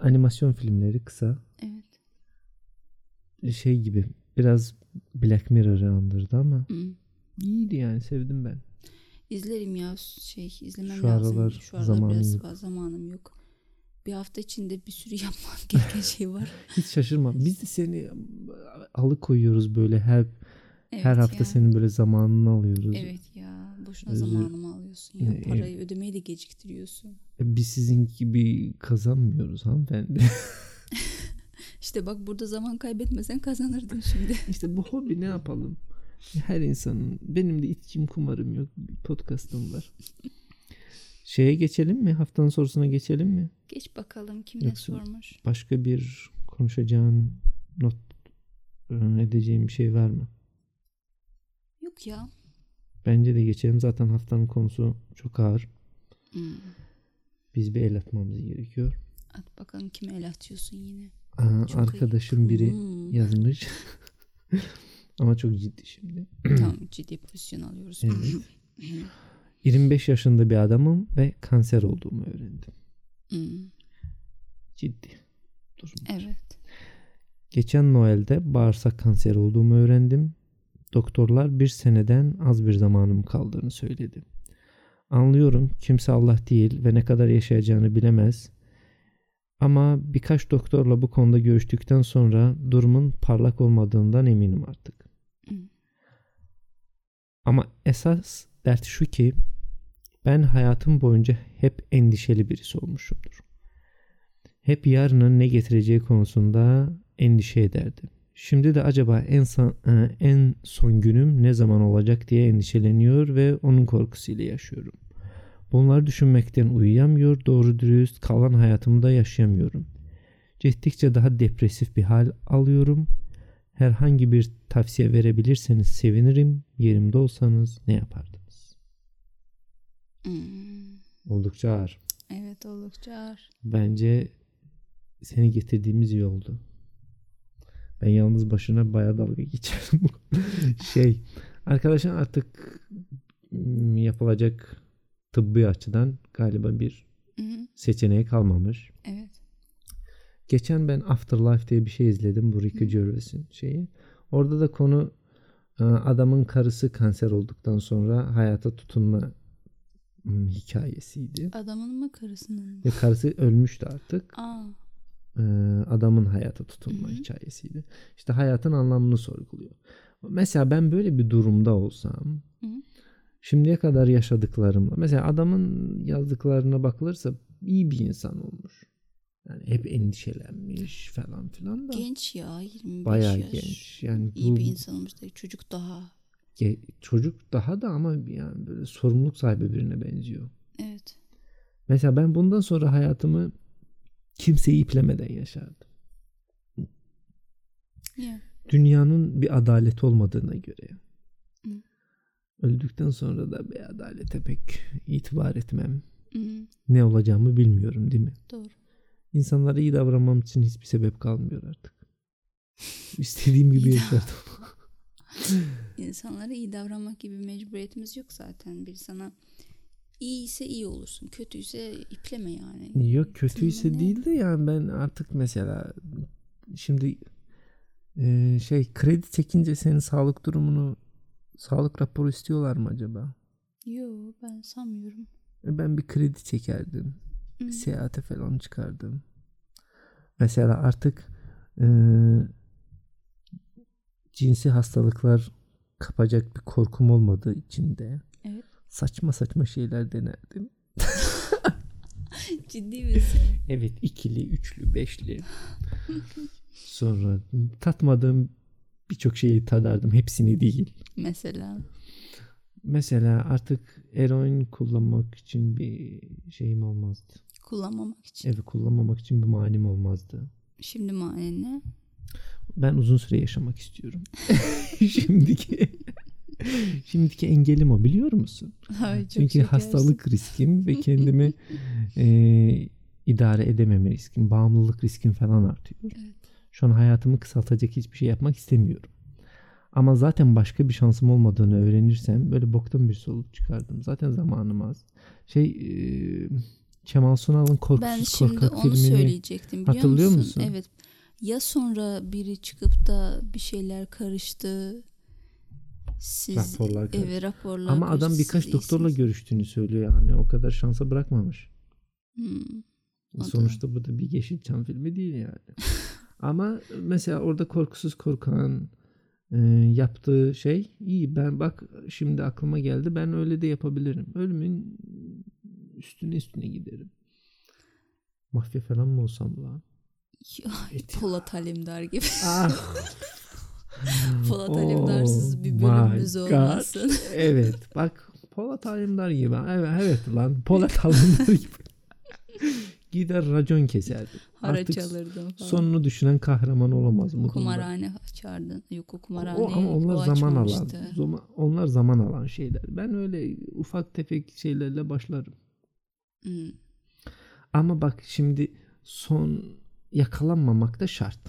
[SPEAKER 2] Animasyon filmleri kısa.
[SPEAKER 1] Evet.
[SPEAKER 2] Şey gibi biraz Black Mirror'ı andırdı ama
[SPEAKER 1] Hı.
[SPEAKER 2] İyiydi yani sevdim ben.
[SPEAKER 1] İzlerim ya şey izlemem
[SPEAKER 2] Şu
[SPEAKER 1] lazım.
[SPEAKER 2] aralar
[SPEAKER 1] Şu aralar
[SPEAKER 2] zamanım
[SPEAKER 1] biraz
[SPEAKER 2] yok.
[SPEAKER 1] fazla zamanım yok. Bir hafta içinde bir sürü yapmam gereken şey var.
[SPEAKER 2] Hiç şaşırma. Biz de seni e, alıkoyuyoruz böyle her
[SPEAKER 1] Evet
[SPEAKER 2] her hafta
[SPEAKER 1] ya.
[SPEAKER 2] senin böyle zamanını alıyoruz.
[SPEAKER 1] Evet ya boşuna
[SPEAKER 2] Özür-
[SPEAKER 1] zamanımı alıyorsun ya.
[SPEAKER 2] Ne-
[SPEAKER 1] Parayı ödemeyi de geciktiriyorsun.
[SPEAKER 2] E, Biz sizin gibi kazanmıyoruz hanımefendi.
[SPEAKER 1] İşte bak burada zaman kaybetmesen kazanırdın şimdi.
[SPEAKER 2] işte bu hobi ne yapalım? Her insanın benim de içkim kumarım yok. Bir podcast'ım var. Şeye geçelim mi? Haftanın sorusuna geçelim mi?
[SPEAKER 1] Geç bakalım kim ne
[SPEAKER 2] Yoksa-
[SPEAKER 1] sormuş.
[SPEAKER 2] Başka bir konuşacağın not e, edeceğin bir şey var mı?
[SPEAKER 1] Yok ya.
[SPEAKER 2] Bence de geçelim. Zaten haftanın konusu çok ağır.
[SPEAKER 1] Hmm.
[SPEAKER 2] Biz bir el atmamız gerekiyor.
[SPEAKER 1] At bakalım kime el atıyorsun yine.
[SPEAKER 2] Aa,
[SPEAKER 1] Çok
[SPEAKER 2] arkadaşım biri
[SPEAKER 1] Hmm.
[SPEAKER 2] yazmış. Ama çok ciddi şimdi.
[SPEAKER 1] tamam ciddi pozisyon alıyoruz.
[SPEAKER 2] Evet. 25 yaşında bir adamım ve kanser olduğumu öğrendim.
[SPEAKER 1] Hmm.
[SPEAKER 2] Ciddi. Durum.
[SPEAKER 1] Evet.
[SPEAKER 2] Geçen Noel'de bağırsak kanseri olduğumu öğrendim. Doktorlar bir seneden az bir zamanım kaldığını söyledi. Anlıyorum kimse Allah değil ve ne kadar yaşayacağını bilemez. Ama birkaç doktorla bu konuda görüştükten sonra durumun parlak olmadığından eminim artık.
[SPEAKER 1] Hı.
[SPEAKER 2] Ama esas dert şu ki ben hayatım boyunca hep endişeli birisi olmuşumdur. Hep yarının ne getireceği konusunda endişe ederdim. Şimdi de acaba en, son, e, en son günüm ne zaman olacak diye endişeleniyor ve onun korkusuyla yaşıyorum. Bunları düşünmekten uyuyamıyor, doğru dürüst kalan hayatımı da yaşayamıyorum. Gittikçe daha depresif bir hal alıyorum. Herhangi bir tavsiye verebilirseniz sevinirim. Yerimde olsanız ne yapardınız?
[SPEAKER 1] Hmm.
[SPEAKER 2] Oldukça ağır.
[SPEAKER 1] Evet oldukça ağır.
[SPEAKER 2] Bence seni getirdiğimiz iyi oldu. Ben yalnız başına bayağı dalga geçerim. bu konuda. şey, arkadaşın artık mm, yapılacak tıbbi açıdan galiba bir
[SPEAKER 1] Hı,
[SPEAKER 2] seçeneği kalmamış.
[SPEAKER 1] Hmm. Evet.
[SPEAKER 2] Geçen ben Afterlife diye bir şey izledim bu Ricky Gervais'in şeyi. Orada da konu e, adamın karısı kanser olduktan sonra hayata tutunma mm, hikayesiydi.
[SPEAKER 1] Adamın mı karısının mı?
[SPEAKER 2] Ve karısı ölmüştü artık.
[SPEAKER 1] Aa.
[SPEAKER 2] e, adamın hayata tutunma
[SPEAKER 1] Hı hı.
[SPEAKER 2] hikayesiydi. İşte hayatın anlamını sorguluyor. Mesela ben böyle bir durumda olsam
[SPEAKER 1] Hı.
[SPEAKER 2] şimdiye kadar yaşadıklarımla mesela adamın yazdıklarına bakılırsa iyi bir insan olmuş. Yani hep endişelenmiş falan filan da
[SPEAKER 1] Genç ya 25
[SPEAKER 2] bayağı
[SPEAKER 1] yaş.
[SPEAKER 2] genç. Yani
[SPEAKER 1] İyi
[SPEAKER 2] bu
[SPEAKER 1] bir insan olmuş da çocuk daha.
[SPEAKER 2] ge- çocuk daha da ama yani böyle sorumluluk sahibi birine benziyor.
[SPEAKER 1] Evet.
[SPEAKER 2] Mesela ben bundan sonra hayatımı kimseyi iplemeden yaşardım.
[SPEAKER 1] Ya.
[SPEAKER 2] dünyanın bir adaleti olmadığına göre.
[SPEAKER 1] Hı.
[SPEAKER 2] Öldükten sonra da bir adalete pek itibar etmem.
[SPEAKER 1] Hı,
[SPEAKER 2] Ne olacağımı bilmiyorum değil mi?
[SPEAKER 1] Hmm. Doğru.
[SPEAKER 2] İnsanlara iyi davranmam için hiçbir sebep kalmıyor artık. İstediğim gibi
[SPEAKER 1] İyi
[SPEAKER 2] yaşardım.
[SPEAKER 1] İnsanlara iyi davranmak gibi mecburiyetimiz yok zaten. Bir sana iyi ise iyi olursun. Kötüyse ipleme yani.
[SPEAKER 2] Yok kötüyse
[SPEAKER 1] ne?
[SPEAKER 2] değil de yani ben artık mesela şimdi e, şey kredi çekince senin sağlık durumunu sağlık raporu istiyorlar mı acaba?
[SPEAKER 1] Yo ben sanmıyorum.
[SPEAKER 2] E, Ben bir kredi çekerdim.
[SPEAKER 1] Hı.
[SPEAKER 2] seyahate falan çıkardım. Mesela artık e, cinsi hastalıklar kapacak bir korkum olmadığı için de
[SPEAKER 1] Evet.
[SPEAKER 2] saçma saçma şeyler denerdim.
[SPEAKER 1] Ciddi misin?
[SPEAKER 2] Evet ikili, üçlü, beşli. Sonra tatmadığım birçok şeyi tadardım. Hepsini değil.
[SPEAKER 1] Mesela.
[SPEAKER 2] Mesela artık eroin kullanmak için bir şeyim olmazdı.
[SPEAKER 1] kullanmamak için.
[SPEAKER 2] Evi kullanmamak için bir manim olmazdı.
[SPEAKER 1] Şimdi mane ne?
[SPEAKER 2] Ben uzun süre yaşamak istiyorum. şimdiki şimdiki engelim o biliyor musun?
[SPEAKER 1] Ay, çok
[SPEAKER 2] Çünkü
[SPEAKER 1] şekersin.
[SPEAKER 2] hastalık riskim ve kendimi e, idare edememe riskim, bağımlılık riskim falan artıyor.
[SPEAKER 1] Evet.
[SPEAKER 2] Şu an hayatımı kısaltacak hiçbir şey yapmak istemiyorum. Ama zaten başka bir şansım olmadığını öğrenirsem böyle boktan bir soluk çıkardım. Zaten zamanım az. Şey e, Kemal Sunal'ın
[SPEAKER 1] Ben
[SPEAKER 2] Korkusuz
[SPEAKER 1] şimdi
[SPEAKER 2] Korkak
[SPEAKER 1] onu
[SPEAKER 2] filmini
[SPEAKER 1] söyleyecektim biliyor
[SPEAKER 2] hatırlıyor
[SPEAKER 1] musun?
[SPEAKER 2] musun?
[SPEAKER 1] Evet. Ya sonra biri çıkıp da bir şeyler karıştı. Siz
[SPEAKER 2] Raporlar karıştı.
[SPEAKER 1] eve raporlar
[SPEAKER 2] Ama
[SPEAKER 1] karıştı,
[SPEAKER 2] adam
[SPEAKER 1] siz
[SPEAKER 2] birkaç
[SPEAKER 1] iyisiniz.
[SPEAKER 2] doktorla görüştüğünü söylüyor yani o kadar şansa bırakmamış.
[SPEAKER 1] Hmm. O da-
[SPEAKER 2] Sonuçta bu da bir Yeşilçam filmi değil yani. Ama mesela orada korkusuz korkan e, yaptığı şey iyi ben bak şimdi aklıma geldi ben öyle de yapabilirim. Ölümün üstüne üstüne giderim. Mafya falan mı olsam lan?
[SPEAKER 1] Ay,
[SPEAKER 2] Et ya.
[SPEAKER 1] Polat Alemdar gibi.
[SPEAKER 2] Ah.
[SPEAKER 1] Polat
[SPEAKER 2] Oh
[SPEAKER 1] Alemdar'sız bir
[SPEAKER 2] my
[SPEAKER 1] bölümümüz
[SPEAKER 2] God.
[SPEAKER 1] olmasın.
[SPEAKER 2] evet bak Polat Alemdar gibi. Evet, evet lan Polat Alemdar gibi. Gider racon keserdi.
[SPEAKER 1] Haraç
[SPEAKER 2] Artık
[SPEAKER 1] alırdım falan.
[SPEAKER 2] Sonunu düşünen kahraman olamaz mı?
[SPEAKER 1] Kumarhane açardın. Yok o kumarhane
[SPEAKER 2] O, ama onlar
[SPEAKER 1] o
[SPEAKER 2] zaman alan.
[SPEAKER 1] açmamıştı.
[SPEAKER 2] Zoma- onlar zaman alan şeyler. Ben öyle ufak tefek şeylerle başlarım.
[SPEAKER 1] Hmm.
[SPEAKER 2] Ama bak şimdi son yakalanmamak da şart.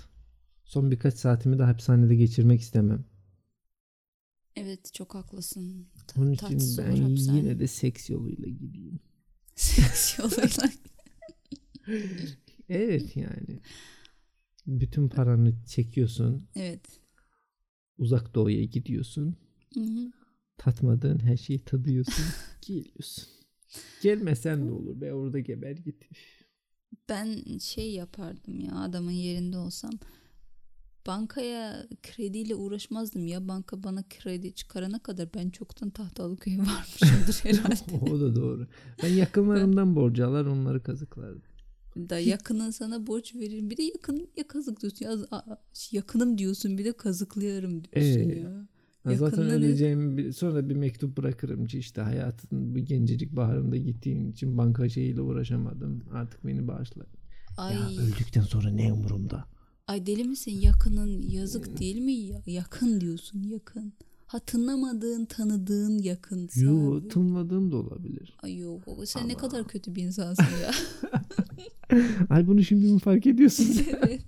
[SPEAKER 2] Son birkaç saatimi de hapishanede geçirmek istemem.
[SPEAKER 1] Evet çok haklısın. Ta-
[SPEAKER 2] Onun
[SPEAKER 1] tatsız
[SPEAKER 2] için ben
[SPEAKER 1] olur hapishane.
[SPEAKER 2] yine de seks yoluyla gideyim.
[SPEAKER 1] Seks yoluyla.
[SPEAKER 2] Evet yani. Bütün paranı çekiyorsun.
[SPEAKER 1] evet.
[SPEAKER 2] Uzak doğuya gidiyorsun.
[SPEAKER 1] Hı hı.
[SPEAKER 2] Tatmadığın her şeyi tadıyorsun. geliyorsun. Gelmesen ne olur be orada geber git.
[SPEAKER 1] Ben şey yapardım ya adamın yerinde olsam. Bankaya krediyle uğraşmazdım ya. Banka bana kredi çıkarana kadar ben çoktan Tahtalıköy'e varmışımdır herhalde.
[SPEAKER 2] o da doğru. Ben yakınlarımdan borcu alar onları kazıklardım.
[SPEAKER 1] da yakının sana borç veririm. Bir de yakın ya kazık diyorsun. Ya, az- a- a- yakınım diyorsun bir de kazıklayarım diyorsun
[SPEAKER 2] Ee,
[SPEAKER 1] ya.
[SPEAKER 2] Ben zaten
[SPEAKER 1] Yakında ne?
[SPEAKER 2] öleceğim bir- sonra bir mektup bırakırım ki işte hayatın bu gencecik baharında gittiğim için banka şeyiyle uğraşamadım. Artık beni bağışla.
[SPEAKER 1] Ay,
[SPEAKER 2] Ya öldükten sonra ne umurumda?
[SPEAKER 1] ay deli misin? Yakının yazık değil mi? Ya- yakın diyorsun yakın. Ha tınlamadığın tanıdığın yakınsa.
[SPEAKER 2] Yo tınladığım da olabilir.
[SPEAKER 1] Ay yok o- sen ne
[SPEAKER 2] Ama-
[SPEAKER 1] kadar kötü bir insansın ya.
[SPEAKER 2] Ay bunu şimdi mi fark ediyorsun?
[SPEAKER 1] Evet.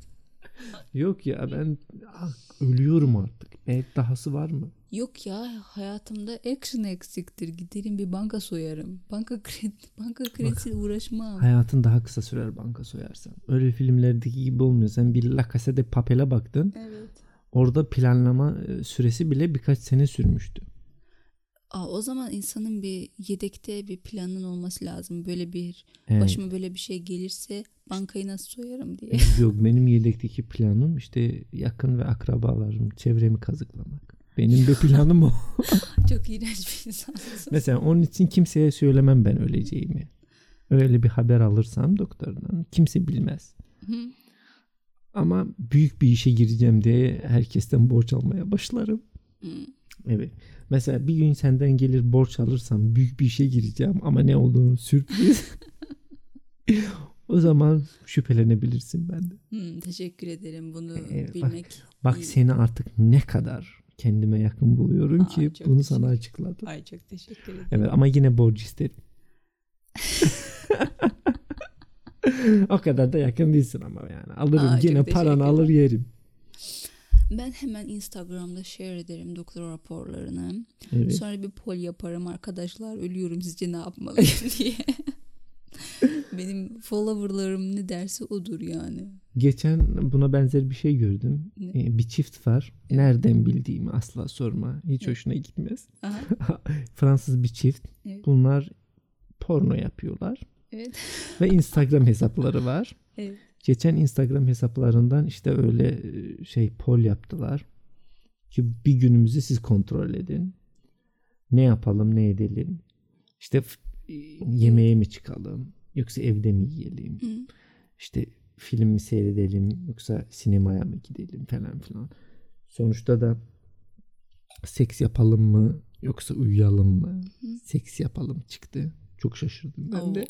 [SPEAKER 2] Yok ya ben ah, ölüyorum artık. Evet dahası var mı?
[SPEAKER 1] Yok ya hayatımda action eksiktir. Giderim bir banka soyarım. Banka kredi, banka kredisiyle uğraşmam.
[SPEAKER 2] Hayatın daha kısa sürer banka soyarsan. Öyle filmlerdeki gibi olmuyor. Sen bir La Casa de Papel'e baktın.
[SPEAKER 1] Evet.
[SPEAKER 2] Orada planlama e, süresi bile birkaç sene sürmüştü.
[SPEAKER 1] Aa, o zaman insanın bir yedekte bir planın olması lazım. Böyle bir
[SPEAKER 2] Evet.
[SPEAKER 1] başıma böyle bir şey gelirse bankayı nasıl soyarım diye.
[SPEAKER 2] Yok benim yedekteki planım işte yakın ve akrabalarım çevremi kazıklamak. Benim de planım o.
[SPEAKER 1] Çok iğrenç bir insansın.
[SPEAKER 2] Mesela onun için kimseye söylemem ben öleceğimi. Öyle bir haber alırsam doktordan kimse bilmez.
[SPEAKER 1] Hı.
[SPEAKER 2] Ama büyük bir işe gireceğim diye herkesten borç almaya başlarım.
[SPEAKER 1] Hı.
[SPEAKER 2] Evet. Mesela bir gün senden gelir borç alırsam büyük bir işe gireceğim ama ne olduğunu sürpriz. o zaman şüphelenebilirsin benden.
[SPEAKER 1] Hı, Hmm, teşekkür ederim bunu
[SPEAKER 2] Ee, bak,
[SPEAKER 1] bilmek.
[SPEAKER 2] Bak
[SPEAKER 1] iyi.
[SPEAKER 2] seni artık ne kadar kendime yakın buluyorum
[SPEAKER 1] Aa,
[SPEAKER 2] ki
[SPEAKER 1] çok
[SPEAKER 2] bunu
[SPEAKER 1] teşekkür-
[SPEAKER 2] sana açıkladım.
[SPEAKER 1] Ay çok teşekkür ederim.
[SPEAKER 2] Evet ama yine borcu isterim. o kadar da yakın değilsin ama yani. Alırım
[SPEAKER 1] Aa,
[SPEAKER 2] yine
[SPEAKER 1] çok
[SPEAKER 2] paranı
[SPEAKER 1] teşekkürler.
[SPEAKER 2] alır yerim.
[SPEAKER 1] Ben hemen Instagram'da share ederim doktor raporlarını.
[SPEAKER 2] Evet.
[SPEAKER 1] Sonra bir pol yaparım arkadaşlar ölüyorum sizce ne yapmalıyım diye. Benim followerlarım ne derse odur yani.
[SPEAKER 2] Geçen buna benzer bir şey gördüm.
[SPEAKER 1] Ne?
[SPEAKER 2] Ee, Bir çift var. Nereden bildiğimi asla sorma. Hiç hoşuna gitmez.
[SPEAKER 1] Aha,
[SPEAKER 2] Fransız bir çift.
[SPEAKER 1] Evet.
[SPEAKER 2] Bunlar porno yapıyorlar.
[SPEAKER 1] evet.
[SPEAKER 2] Ve Instagram hesapları var.
[SPEAKER 1] evet.
[SPEAKER 2] Geçen Instagram hesaplarından işte öyle e, şey pol yaptılar. Ki bir günümüzü siz kontrol edin. Ne yapalım ne edelim. İşte f- e, yemeğe mi çıkalım yoksa evde mi yiyelim.
[SPEAKER 1] Hı.
[SPEAKER 2] İşte film mi seyredelim yoksa sinemaya mı gidelim falan filan. Sonuçta da seks yapalım mı yoksa uyuyalım mı? Seks yapalım çıktı. Çok şaşırdım ben de.
[SPEAKER 1] Oo.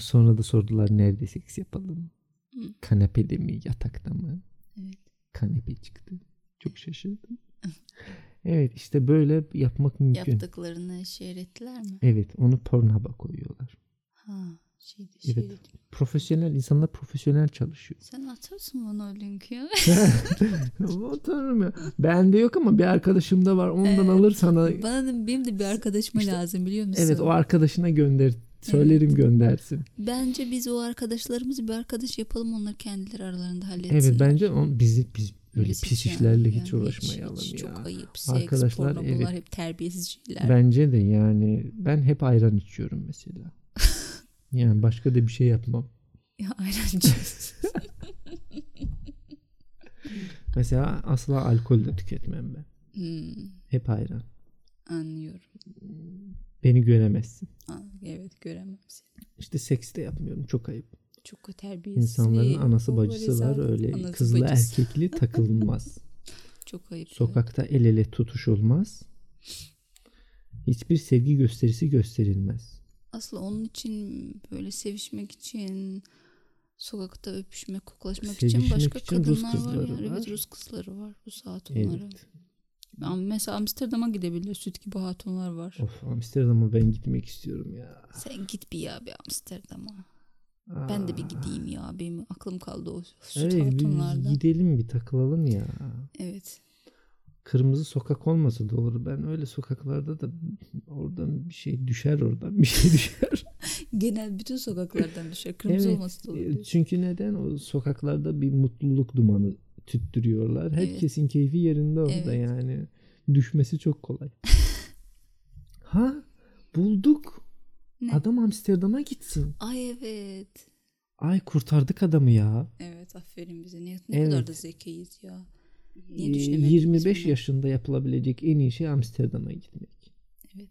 [SPEAKER 2] Sonra da sordular nerede seks yapalım?
[SPEAKER 1] Hı.
[SPEAKER 2] Kanepede mi, yatakta mı?
[SPEAKER 1] Evet.
[SPEAKER 2] Kanepe çıktı. Çok şaşırdım. evet işte böyle yapmak mümkün.
[SPEAKER 1] Yaptıklarını share ettiler mi?
[SPEAKER 2] Evet onu Pornhub'a koyuyorlar.
[SPEAKER 1] Ha, şey,
[SPEAKER 2] Evet.
[SPEAKER 1] şey.
[SPEAKER 2] Profesyonel insanlar profesyonel çalışıyor.
[SPEAKER 1] Sen atarsın bana o linki ya.
[SPEAKER 2] Utanırım ya. Bende yok ama bir arkadaşımda var. Ondan
[SPEAKER 1] Evet.
[SPEAKER 2] alır sana.
[SPEAKER 1] bana da, benim de bir arkadaşıma
[SPEAKER 2] İşte-
[SPEAKER 1] lazım biliyor musun?
[SPEAKER 2] Evet o arkadaşına gönder. Söylerim göndersin.
[SPEAKER 1] Bence biz o arkadaşlarımızı bir arkadaş yapalım onlar kendileri aralarında halletsinler.
[SPEAKER 2] Evet bence on, bizi biz Böyle
[SPEAKER 1] Hiç
[SPEAKER 2] pis
[SPEAKER 1] yani,
[SPEAKER 2] işlerle
[SPEAKER 1] yani
[SPEAKER 2] hiç uğraşmayalım
[SPEAKER 1] hiç,
[SPEAKER 2] ya.
[SPEAKER 1] Çok ayıp. Seks,
[SPEAKER 2] Arkadaşlar,
[SPEAKER 1] Arkadaşlar, porno bunlar
[SPEAKER 2] evet.
[SPEAKER 1] hep terbiyesiz şeyler.
[SPEAKER 2] Bence de yani ben hep ayran içiyorum mesela. yani başka da bir şey yapmam.
[SPEAKER 1] Ya aynen cins.
[SPEAKER 2] Mesela asla alkol de tüketmem ben.
[SPEAKER 1] Hmm,
[SPEAKER 2] Hep ayran.
[SPEAKER 1] anlıyorum.
[SPEAKER 2] Beni göremezsin.
[SPEAKER 1] Aa, evet göremem seni.
[SPEAKER 2] İşte seks de yapmıyorum. Çok ayıp.
[SPEAKER 1] Çok terbiyesiz. Ee,
[SPEAKER 2] İnsanların
[SPEAKER 1] ve
[SPEAKER 2] anası
[SPEAKER 1] baba
[SPEAKER 2] bacısı var
[SPEAKER 1] rezalet.
[SPEAKER 2] öyle.
[SPEAKER 1] Anası
[SPEAKER 2] Kızlı
[SPEAKER 1] bacısı.
[SPEAKER 2] erkekli takılmaz.
[SPEAKER 1] Çok ayıp.
[SPEAKER 2] Sokakta el ele tutuşulmaz. Hiçbir sevgi gösterisi gösterilmez.
[SPEAKER 1] Aslında onun için böyle sevişmek için sokakta öpüşmek, koklaşmak için
[SPEAKER 2] Sevişmek
[SPEAKER 1] başka
[SPEAKER 2] için Rus
[SPEAKER 1] kadınlar var,
[SPEAKER 2] kızları
[SPEAKER 1] yani.
[SPEAKER 2] var.
[SPEAKER 1] Evet Rus kızları var. Rus hatunları.
[SPEAKER 2] Evet.
[SPEAKER 1] Ama mesela Amsterdam'a gidebilir. Süt gibi hatunlar var.
[SPEAKER 2] Of Amsterdam'a ben gitmek istiyorum ya.
[SPEAKER 1] Sen git bir ya bir Amsterdam'a.
[SPEAKER 2] Aa.
[SPEAKER 1] Ben de bir gideyim ya. Benim aklım kaldı o süt
[SPEAKER 2] Evet, biz
[SPEAKER 1] hatunlarda.
[SPEAKER 2] gidelim bir takılalım ya.
[SPEAKER 1] Evet.
[SPEAKER 2] Kırmızı sokak olmasa da olur. Ben öyle sokaklarda da oradan bir şey düşer oradan bir şey düşer.
[SPEAKER 1] Genel bütün sokaklardan düşer. Kırmızı
[SPEAKER 2] Evet,
[SPEAKER 1] olması da
[SPEAKER 2] E,
[SPEAKER 1] olabilir.
[SPEAKER 2] Çünkü neden? O sokaklarda bir mutluluk dumanı tüttürüyorlar.
[SPEAKER 1] Evet.
[SPEAKER 2] Herkesin keyfi yerinde orada
[SPEAKER 1] Evet.
[SPEAKER 2] yani. Düşmesi çok kolay. ha bulduk.
[SPEAKER 1] Ne?
[SPEAKER 2] Adam Amsterdam'a gitsin.
[SPEAKER 1] Ay evet.
[SPEAKER 2] Ay kurtardık adamı ya.
[SPEAKER 1] Evet aferin bize. Ne, ne
[SPEAKER 2] Evet.
[SPEAKER 1] kadar da zekiyiz ya. Niye şey?
[SPEAKER 2] E,
[SPEAKER 1] düşünemedik biz
[SPEAKER 2] 25
[SPEAKER 1] bunu?
[SPEAKER 2] yaşında yapılabilecek en iyi şey Amsterdam'a gitmek.
[SPEAKER 1] Evet.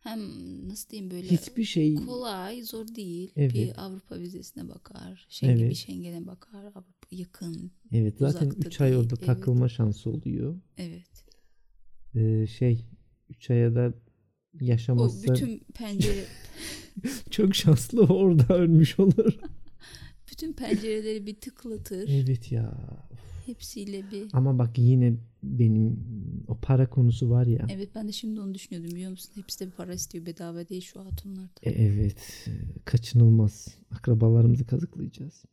[SPEAKER 1] Hem nasıl diyeyim böyle
[SPEAKER 2] Hiçbir şey
[SPEAKER 1] kolay, zor değil.
[SPEAKER 2] Evet.
[SPEAKER 1] Bir Avrupa vizesine bakar. Schengen
[SPEAKER 2] Evet.
[SPEAKER 1] bir Schengen'e bakar. Avrupa yakın.
[SPEAKER 2] Evet zaten
[SPEAKER 1] Uzakta
[SPEAKER 2] 3 ay
[SPEAKER 1] değil,
[SPEAKER 2] orada
[SPEAKER 1] evet.
[SPEAKER 2] takılma şansı oluyor.
[SPEAKER 1] Evet.
[SPEAKER 2] Ee, şey 3 aya da
[SPEAKER 1] O
[SPEAKER 2] yaşamazsa
[SPEAKER 1] bütün pencere
[SPEAKER 2] çok şanslı orada ölmüş olur.
[SPEAKER 1] bütün pencereleri bir tıklatır.
[SPEAKER 2] evet ya.
[SPEAKER 1] Hepsiyle bir
[SPEAKER 2] Ama bak yine benim o para konusu var ya.
[SPEAKER 1] Evet ben de şimdi onu düşünüyordum biliyor musun? Hepsi de bir para istiyor bedava değil şu hatunlarda.
[SPEAKER 2] E, Evet. Kaçınılmaz. Akrabalarımızı kazıklayacağız.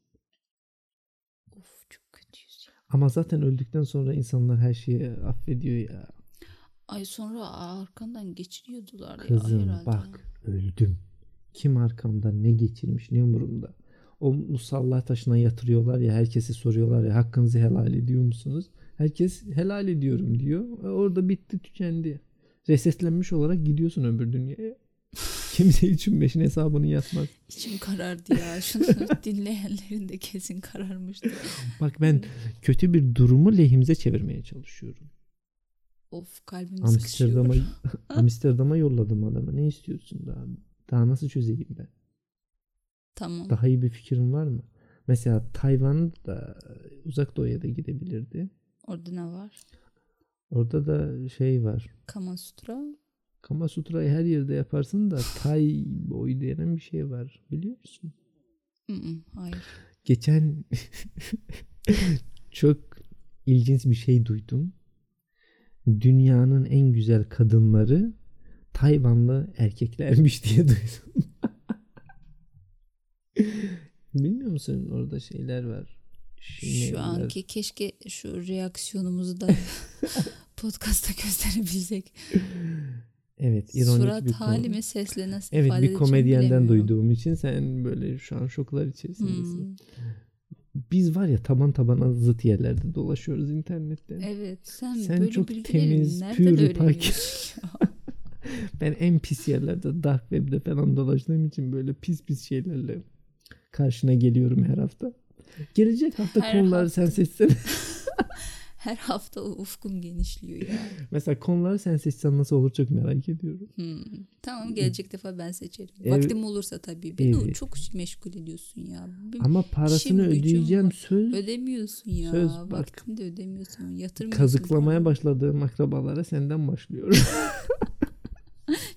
[SPEAKER 1] Of çok kötüyüz ya.
[SPEAKER 2] Ama zaten öldükten sonra insanlar her şeyi affediyor ya.
[SPEAKER 1] Ay sonra arkandan geçiriyordular ya
[SPEAKER 2] Kızım
[SPEAKER 1] herhalde.
[SPEAKER 2] bak öldüm. Kim arkamdan ne geçirmiş ne umurumda. O musalla taşına yatırıyorlar ya herkesi soruyorlar ya hakkınızı helal ediyor musunuz? Herkes helal ediyorum diyor. E, Orada bitti tükendi. Resetlenmiş olarak gidiyorsun öbür dünyaya. Kimse için beşin hesabını yatmaz.
[SPEAKER 1] İçim karardı ya. Şunu dinleyenlerin de kesin kararmıştı.
[SPEAKER 2] Bak ben kötü bir durumu lehimize çevirmeye çalışıyorum.
[SPEAKER 1] Of kalbim sıkışıyor.
[SPEAKER 2] Amsterdam'a Amsterdam'a yolladım adamı. Ne istiyorsun daha? Daha nasıl çözeyim ben?
[SPEAKER 1] Tamam.
[SPEAKER 2] Daha iyi bir fikrin var mı? Mesela Tayvan da uzak doğuya da gidebilirdi.
[SPEAKER 1] Orada ne var?
[SPEAKER 2] Orada da şey var.
[SPEAKER 1] Kama Sutra.
[SPEAKER 2] Kama Sutra'yı her yerde yaparsın da Tay boy denen bir şey var. Biliyor musun?
[SPEAKER 1] Mm, hayır.
[SPEAKER 2] Geçen çok ilginç bir şey duydum. Dünyanın en güzel kadınları Tayvanlı erkeklermiş diye duydum. Bilmiyor musun orada şeyler var.
[SPEAKER 1] Şu
[SPEAKER 2] Şimeler.
[SPEAKER 1] anki keşke şu reaksiyonumuzu da podcastta gösterebilsek.
[SPEAKER 2] Evet, ironik
[SPEAKER 1] Surat
[SPEAKER 2] bir konu.
[SPEAKER 1] halime sesle nasıl
[SPEAKER 2] Evet,
[SPEAKER 1] ifade
[SPEAKER 2] bir
[SPEAKER 1] edeceğimi
[SPEAKER 2] komedyenden
[SPEAKER 1] bilemiyorum.
[SPEAKER 2] duyduğum için sen böyle şu an şoklar içerisindesin.
[SPEAKER 1] Hmm,
[SPEAKER 2] Biz var ya taban tabana zıt yerlerde dolaşıyoruz internette.
[SPEAKER 1] Evet sen,
[SPEAKER 2] Sen
[SPEAKER 1] böyle
[SPEAKER 2] çok
[SPEAKER 1] bilgileri
[SPEAKER 2] temiz,
[SPEAKER 1] nereden
[SPEAKER 2] pür, pak-
[SPEAKER 1] öğreniyorsun?
[SPEAKER 2] Ben en pis yerlerde dark web'de falan dolaştığım için böyle pis pis şeylerle karşına geliyorum her hafta. Gelecek hafta
[SPEAKER 1] Her
[SPEAKER 2] konuları
[SPEAKER 1] hafta.
[SPEAKER 2] sen seçsene.
[SPEAKER 1] Her hafta o ufkum genişliyor ya.
[SPEAKER 2] Mesela konuları sen seçsen nasıl olur çok merak ediyorum.
[SPEAKER 1] Hmm, Tamam gelecek defa ben seçerim.
[SPEAKER 2] Evet.
[SPEAKER 1] Vaktim olursa tabii. Beni
[SPEAKER 2] Evet.
[SPEAKER 1] çok meşgul ediyorsun ya. Bir-
[SPEAKER 2] Ama parasını
[SPEAKER 1] İşim, gücüm
[SPEAKER 2] ödeyeceğim
[SPEAKER 1] var.
[SPEAKER 2] söz
[SPEAKER 1] Ödemiyorsun ya.
[SPEAKER 2] Söz bak.
[SPEAKER 1] Vaktini de ödemiyorsun. Yatırmıyorsun.
[SPEAKER 2] kazıklamaya başladığım akrabalara senden başlıyorum.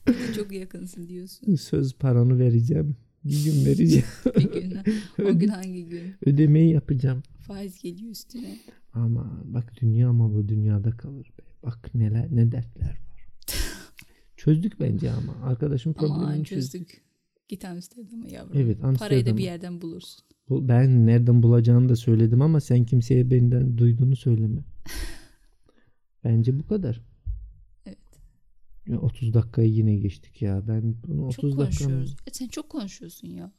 [SPEAKER 1] Bize çok yakınsın diyorsun
[SPEAKER 2] söz paranı vereceğim. Bir gün vereceğim.
[SPEAKER 1] bir gün. o gün hangi gün?
[SPEAKER 2] Ödemeyi yapacağım.
[SPEAKER 1] Faiz geliyor üstüne.
[SPEAKER 2] Ama bak dünya malı dünyada kalır be. Bak neler ne dertler var. Çözdük bence ama. Arkadaşım
[SPEAKER 1] Ama
[SPEAKER 2] problemini çözdük.
[SPEAKER 1] çözdük. Git Amsterdam'a yavrum.
[SPEAKER 2] Evet
[SPEAKER 1] Parayı da
[SPEAKER 2] Amsterdam'a.
[SPEAKER 1] bir yerden bulursun.
[SPEAKER 2] Bu- Ben nereden bulacağını da söyledim ama sen kimseye benden duyduğunu söyleme. Bence bu kadar.
[SPEAKER 1] Evet.
[SPEAKER 2] Ya 30 dakikayı yine geçtik ya. Ben bunu
[SPEAKER 1] Çok
[SPEAKER 2] 30 dakika
[SPEAKER 1] konuşuyoruz. E, sen çok konuşuyorsun ya.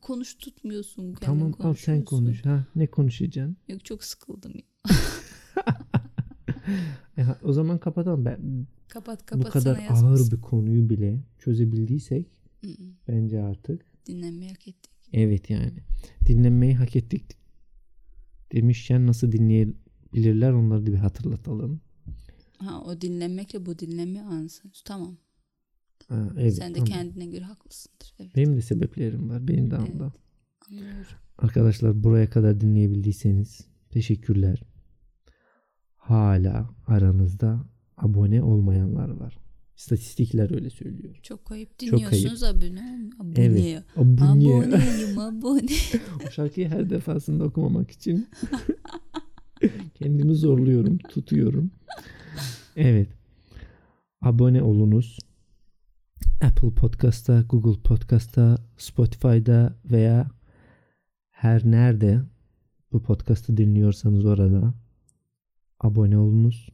[SPEAKER 1] Konuşturtmuyorsun kendini
[SPEAKER 2] tamam al
[SPEAKER 1] konuşuyorsun.
[SPEAKER 2] sen konuş. Ha, ne konuşacaksın?
[SPEAKER 1] Yok çok sıkıldım. ya.
[SPEAKER 2] E, ha, o zaman kapatalım. Ben,
[SPEAKER 1] Kapat kapat
[SPEAKER 2] bu kadar
[SPEAKER 1] sana yazmış.
[SPEAKER 2] ağır bir konuyu bile çözebildiysek
[SPEAKER 1] Mm,
[SPEAKER 2] bence artık
[SPEAKER 1] Dinlenmeyi hak ettik.
[SPEAKER 2] Evet yani. Dinlenmeyi hak ettik. Demişken nasıl dinleyebilirler onları da bir hatırlatalım.
[SPEAKER 1] Ha o dinlenmekle bu dinlenme anısı. Tamam.
[SPEAKER 2] Ha, evet,
[SPEAKER 1] Sen de
[SPEAKER 2] tamam.
[SPEAKER 1] kendine göre haklısındır. Evet.
[SPEAKER 2] Benim de sebeplerim var. Benim de anla.
[SPEAKER 1] Anlıyorum.
[SPEAKER 2] Arkadaşlar buraya kadar dinleyebildiyseniz teşekkürler. Hala aranızda abone olmayanlar var. İstatistikler öyle söylüyor.
[SPEAKER 1] Çok ayıp
[SPEAKER 2] Çok ayıp.
[SPEAKER 1] dinliyorsunuz abone olmuyor. Abone.
[SPEAKER 2] Evet. Abone.
[SPEAKER 1] Aboneyim abone.
[SPEAKER 2] O şarkıyı her defasında okumamak için kendimi zorluyorum, tutuyorum. Evet. Abone olunuz. Apple Podcast'ta, Google Podcast'ta, Spotify'da veya her nerede bu podcast'ı dinliyorsanız orada abone olunuz.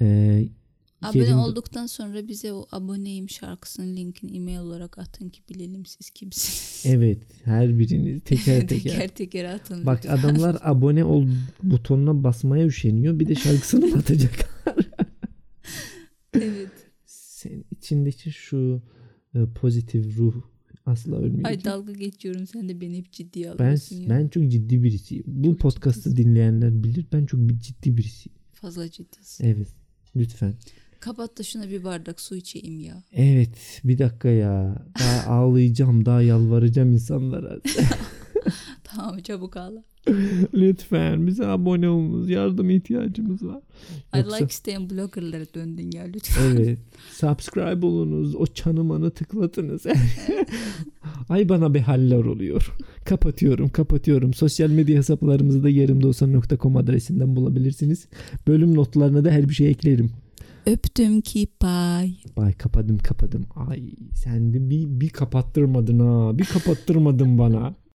[SPEAKER 2] Ee,
[SPEAKER 1] abone
[SPEAKER 2] yerin-
[SPEAKER 1] olduktan sonra bize o aboneyim şarkısının linkini e-mail olarak atın ki bilelim siz kimsiniz.
[SPEAKER 2] Evet, her biriniz teker teker.
[SPEAKER 1] teker teker atın.
[SPEAKER 2] Bak
[SPEAKER 1] lütfen.
[SPEAKER 2] adamlar abone ol butonuna basmaya üşeniyor. Bir de şarkısını mı atacaklar?
[SPEAKER 1] evet.
[SPEAKER 2] Senin içindeki şu e, pozitif ruh asla
[SPEAKER 1] Ay
[SPEAKER 2] ölmeyecek.
[SPEAKER 1] dalga geçiyorum sen de beni hep ciddiye
[SPEAKER 2] ben
[SPEAKER 1] alıyorsun ya.
[SPEAKER 2] ben çok ciddi birisiyim. Bu
[SPEAKER 1] Çok
[SPEAKER 2] podcast'ı dinleyenler bilir. Ben çok bir ciddi birisiyim.
[SPEAKER 1] Fazla ciddisin.
[SPEAKER 2] Evet. Lütfen.
[SPEAKER 1] Kapat da şuna bir bardak su içeyim ya.
[SPEAKER 2] Evet. Bir dakika ya. Daha ağlayacağım. Daha yalvaracağım insanlara.
[SPEAKER 1] Tamam çabuk ağla.
[SPEAKER 2] Lütfen bize abone olunuz. Yardım ihtiyacımız var.
[SPEAKER 1] I
[SPEAKER 2] Yoksa-
[SPEAKER 1] like staying bloggerlara döndün ya lütfen.
[SPEAKER 2] Evet. Subscribe olunuz. O çanımanı tıklatınız. Ay bana bir haller oluyor. Kapatıyorum, kapatıyorum. Sosyal medya hesaplarımızı da yerimdeolsa.com adresinden bulabilirsiniz. Bölüm notlarına da her bir şey eklerim.
[SPEAKER 1] Öptüm ki bye.
[SPEAKER 2] Ay kapadım, kapadım. Ay sen de bir, bir kapattırmadın ha. Bir kapattırmadın bana.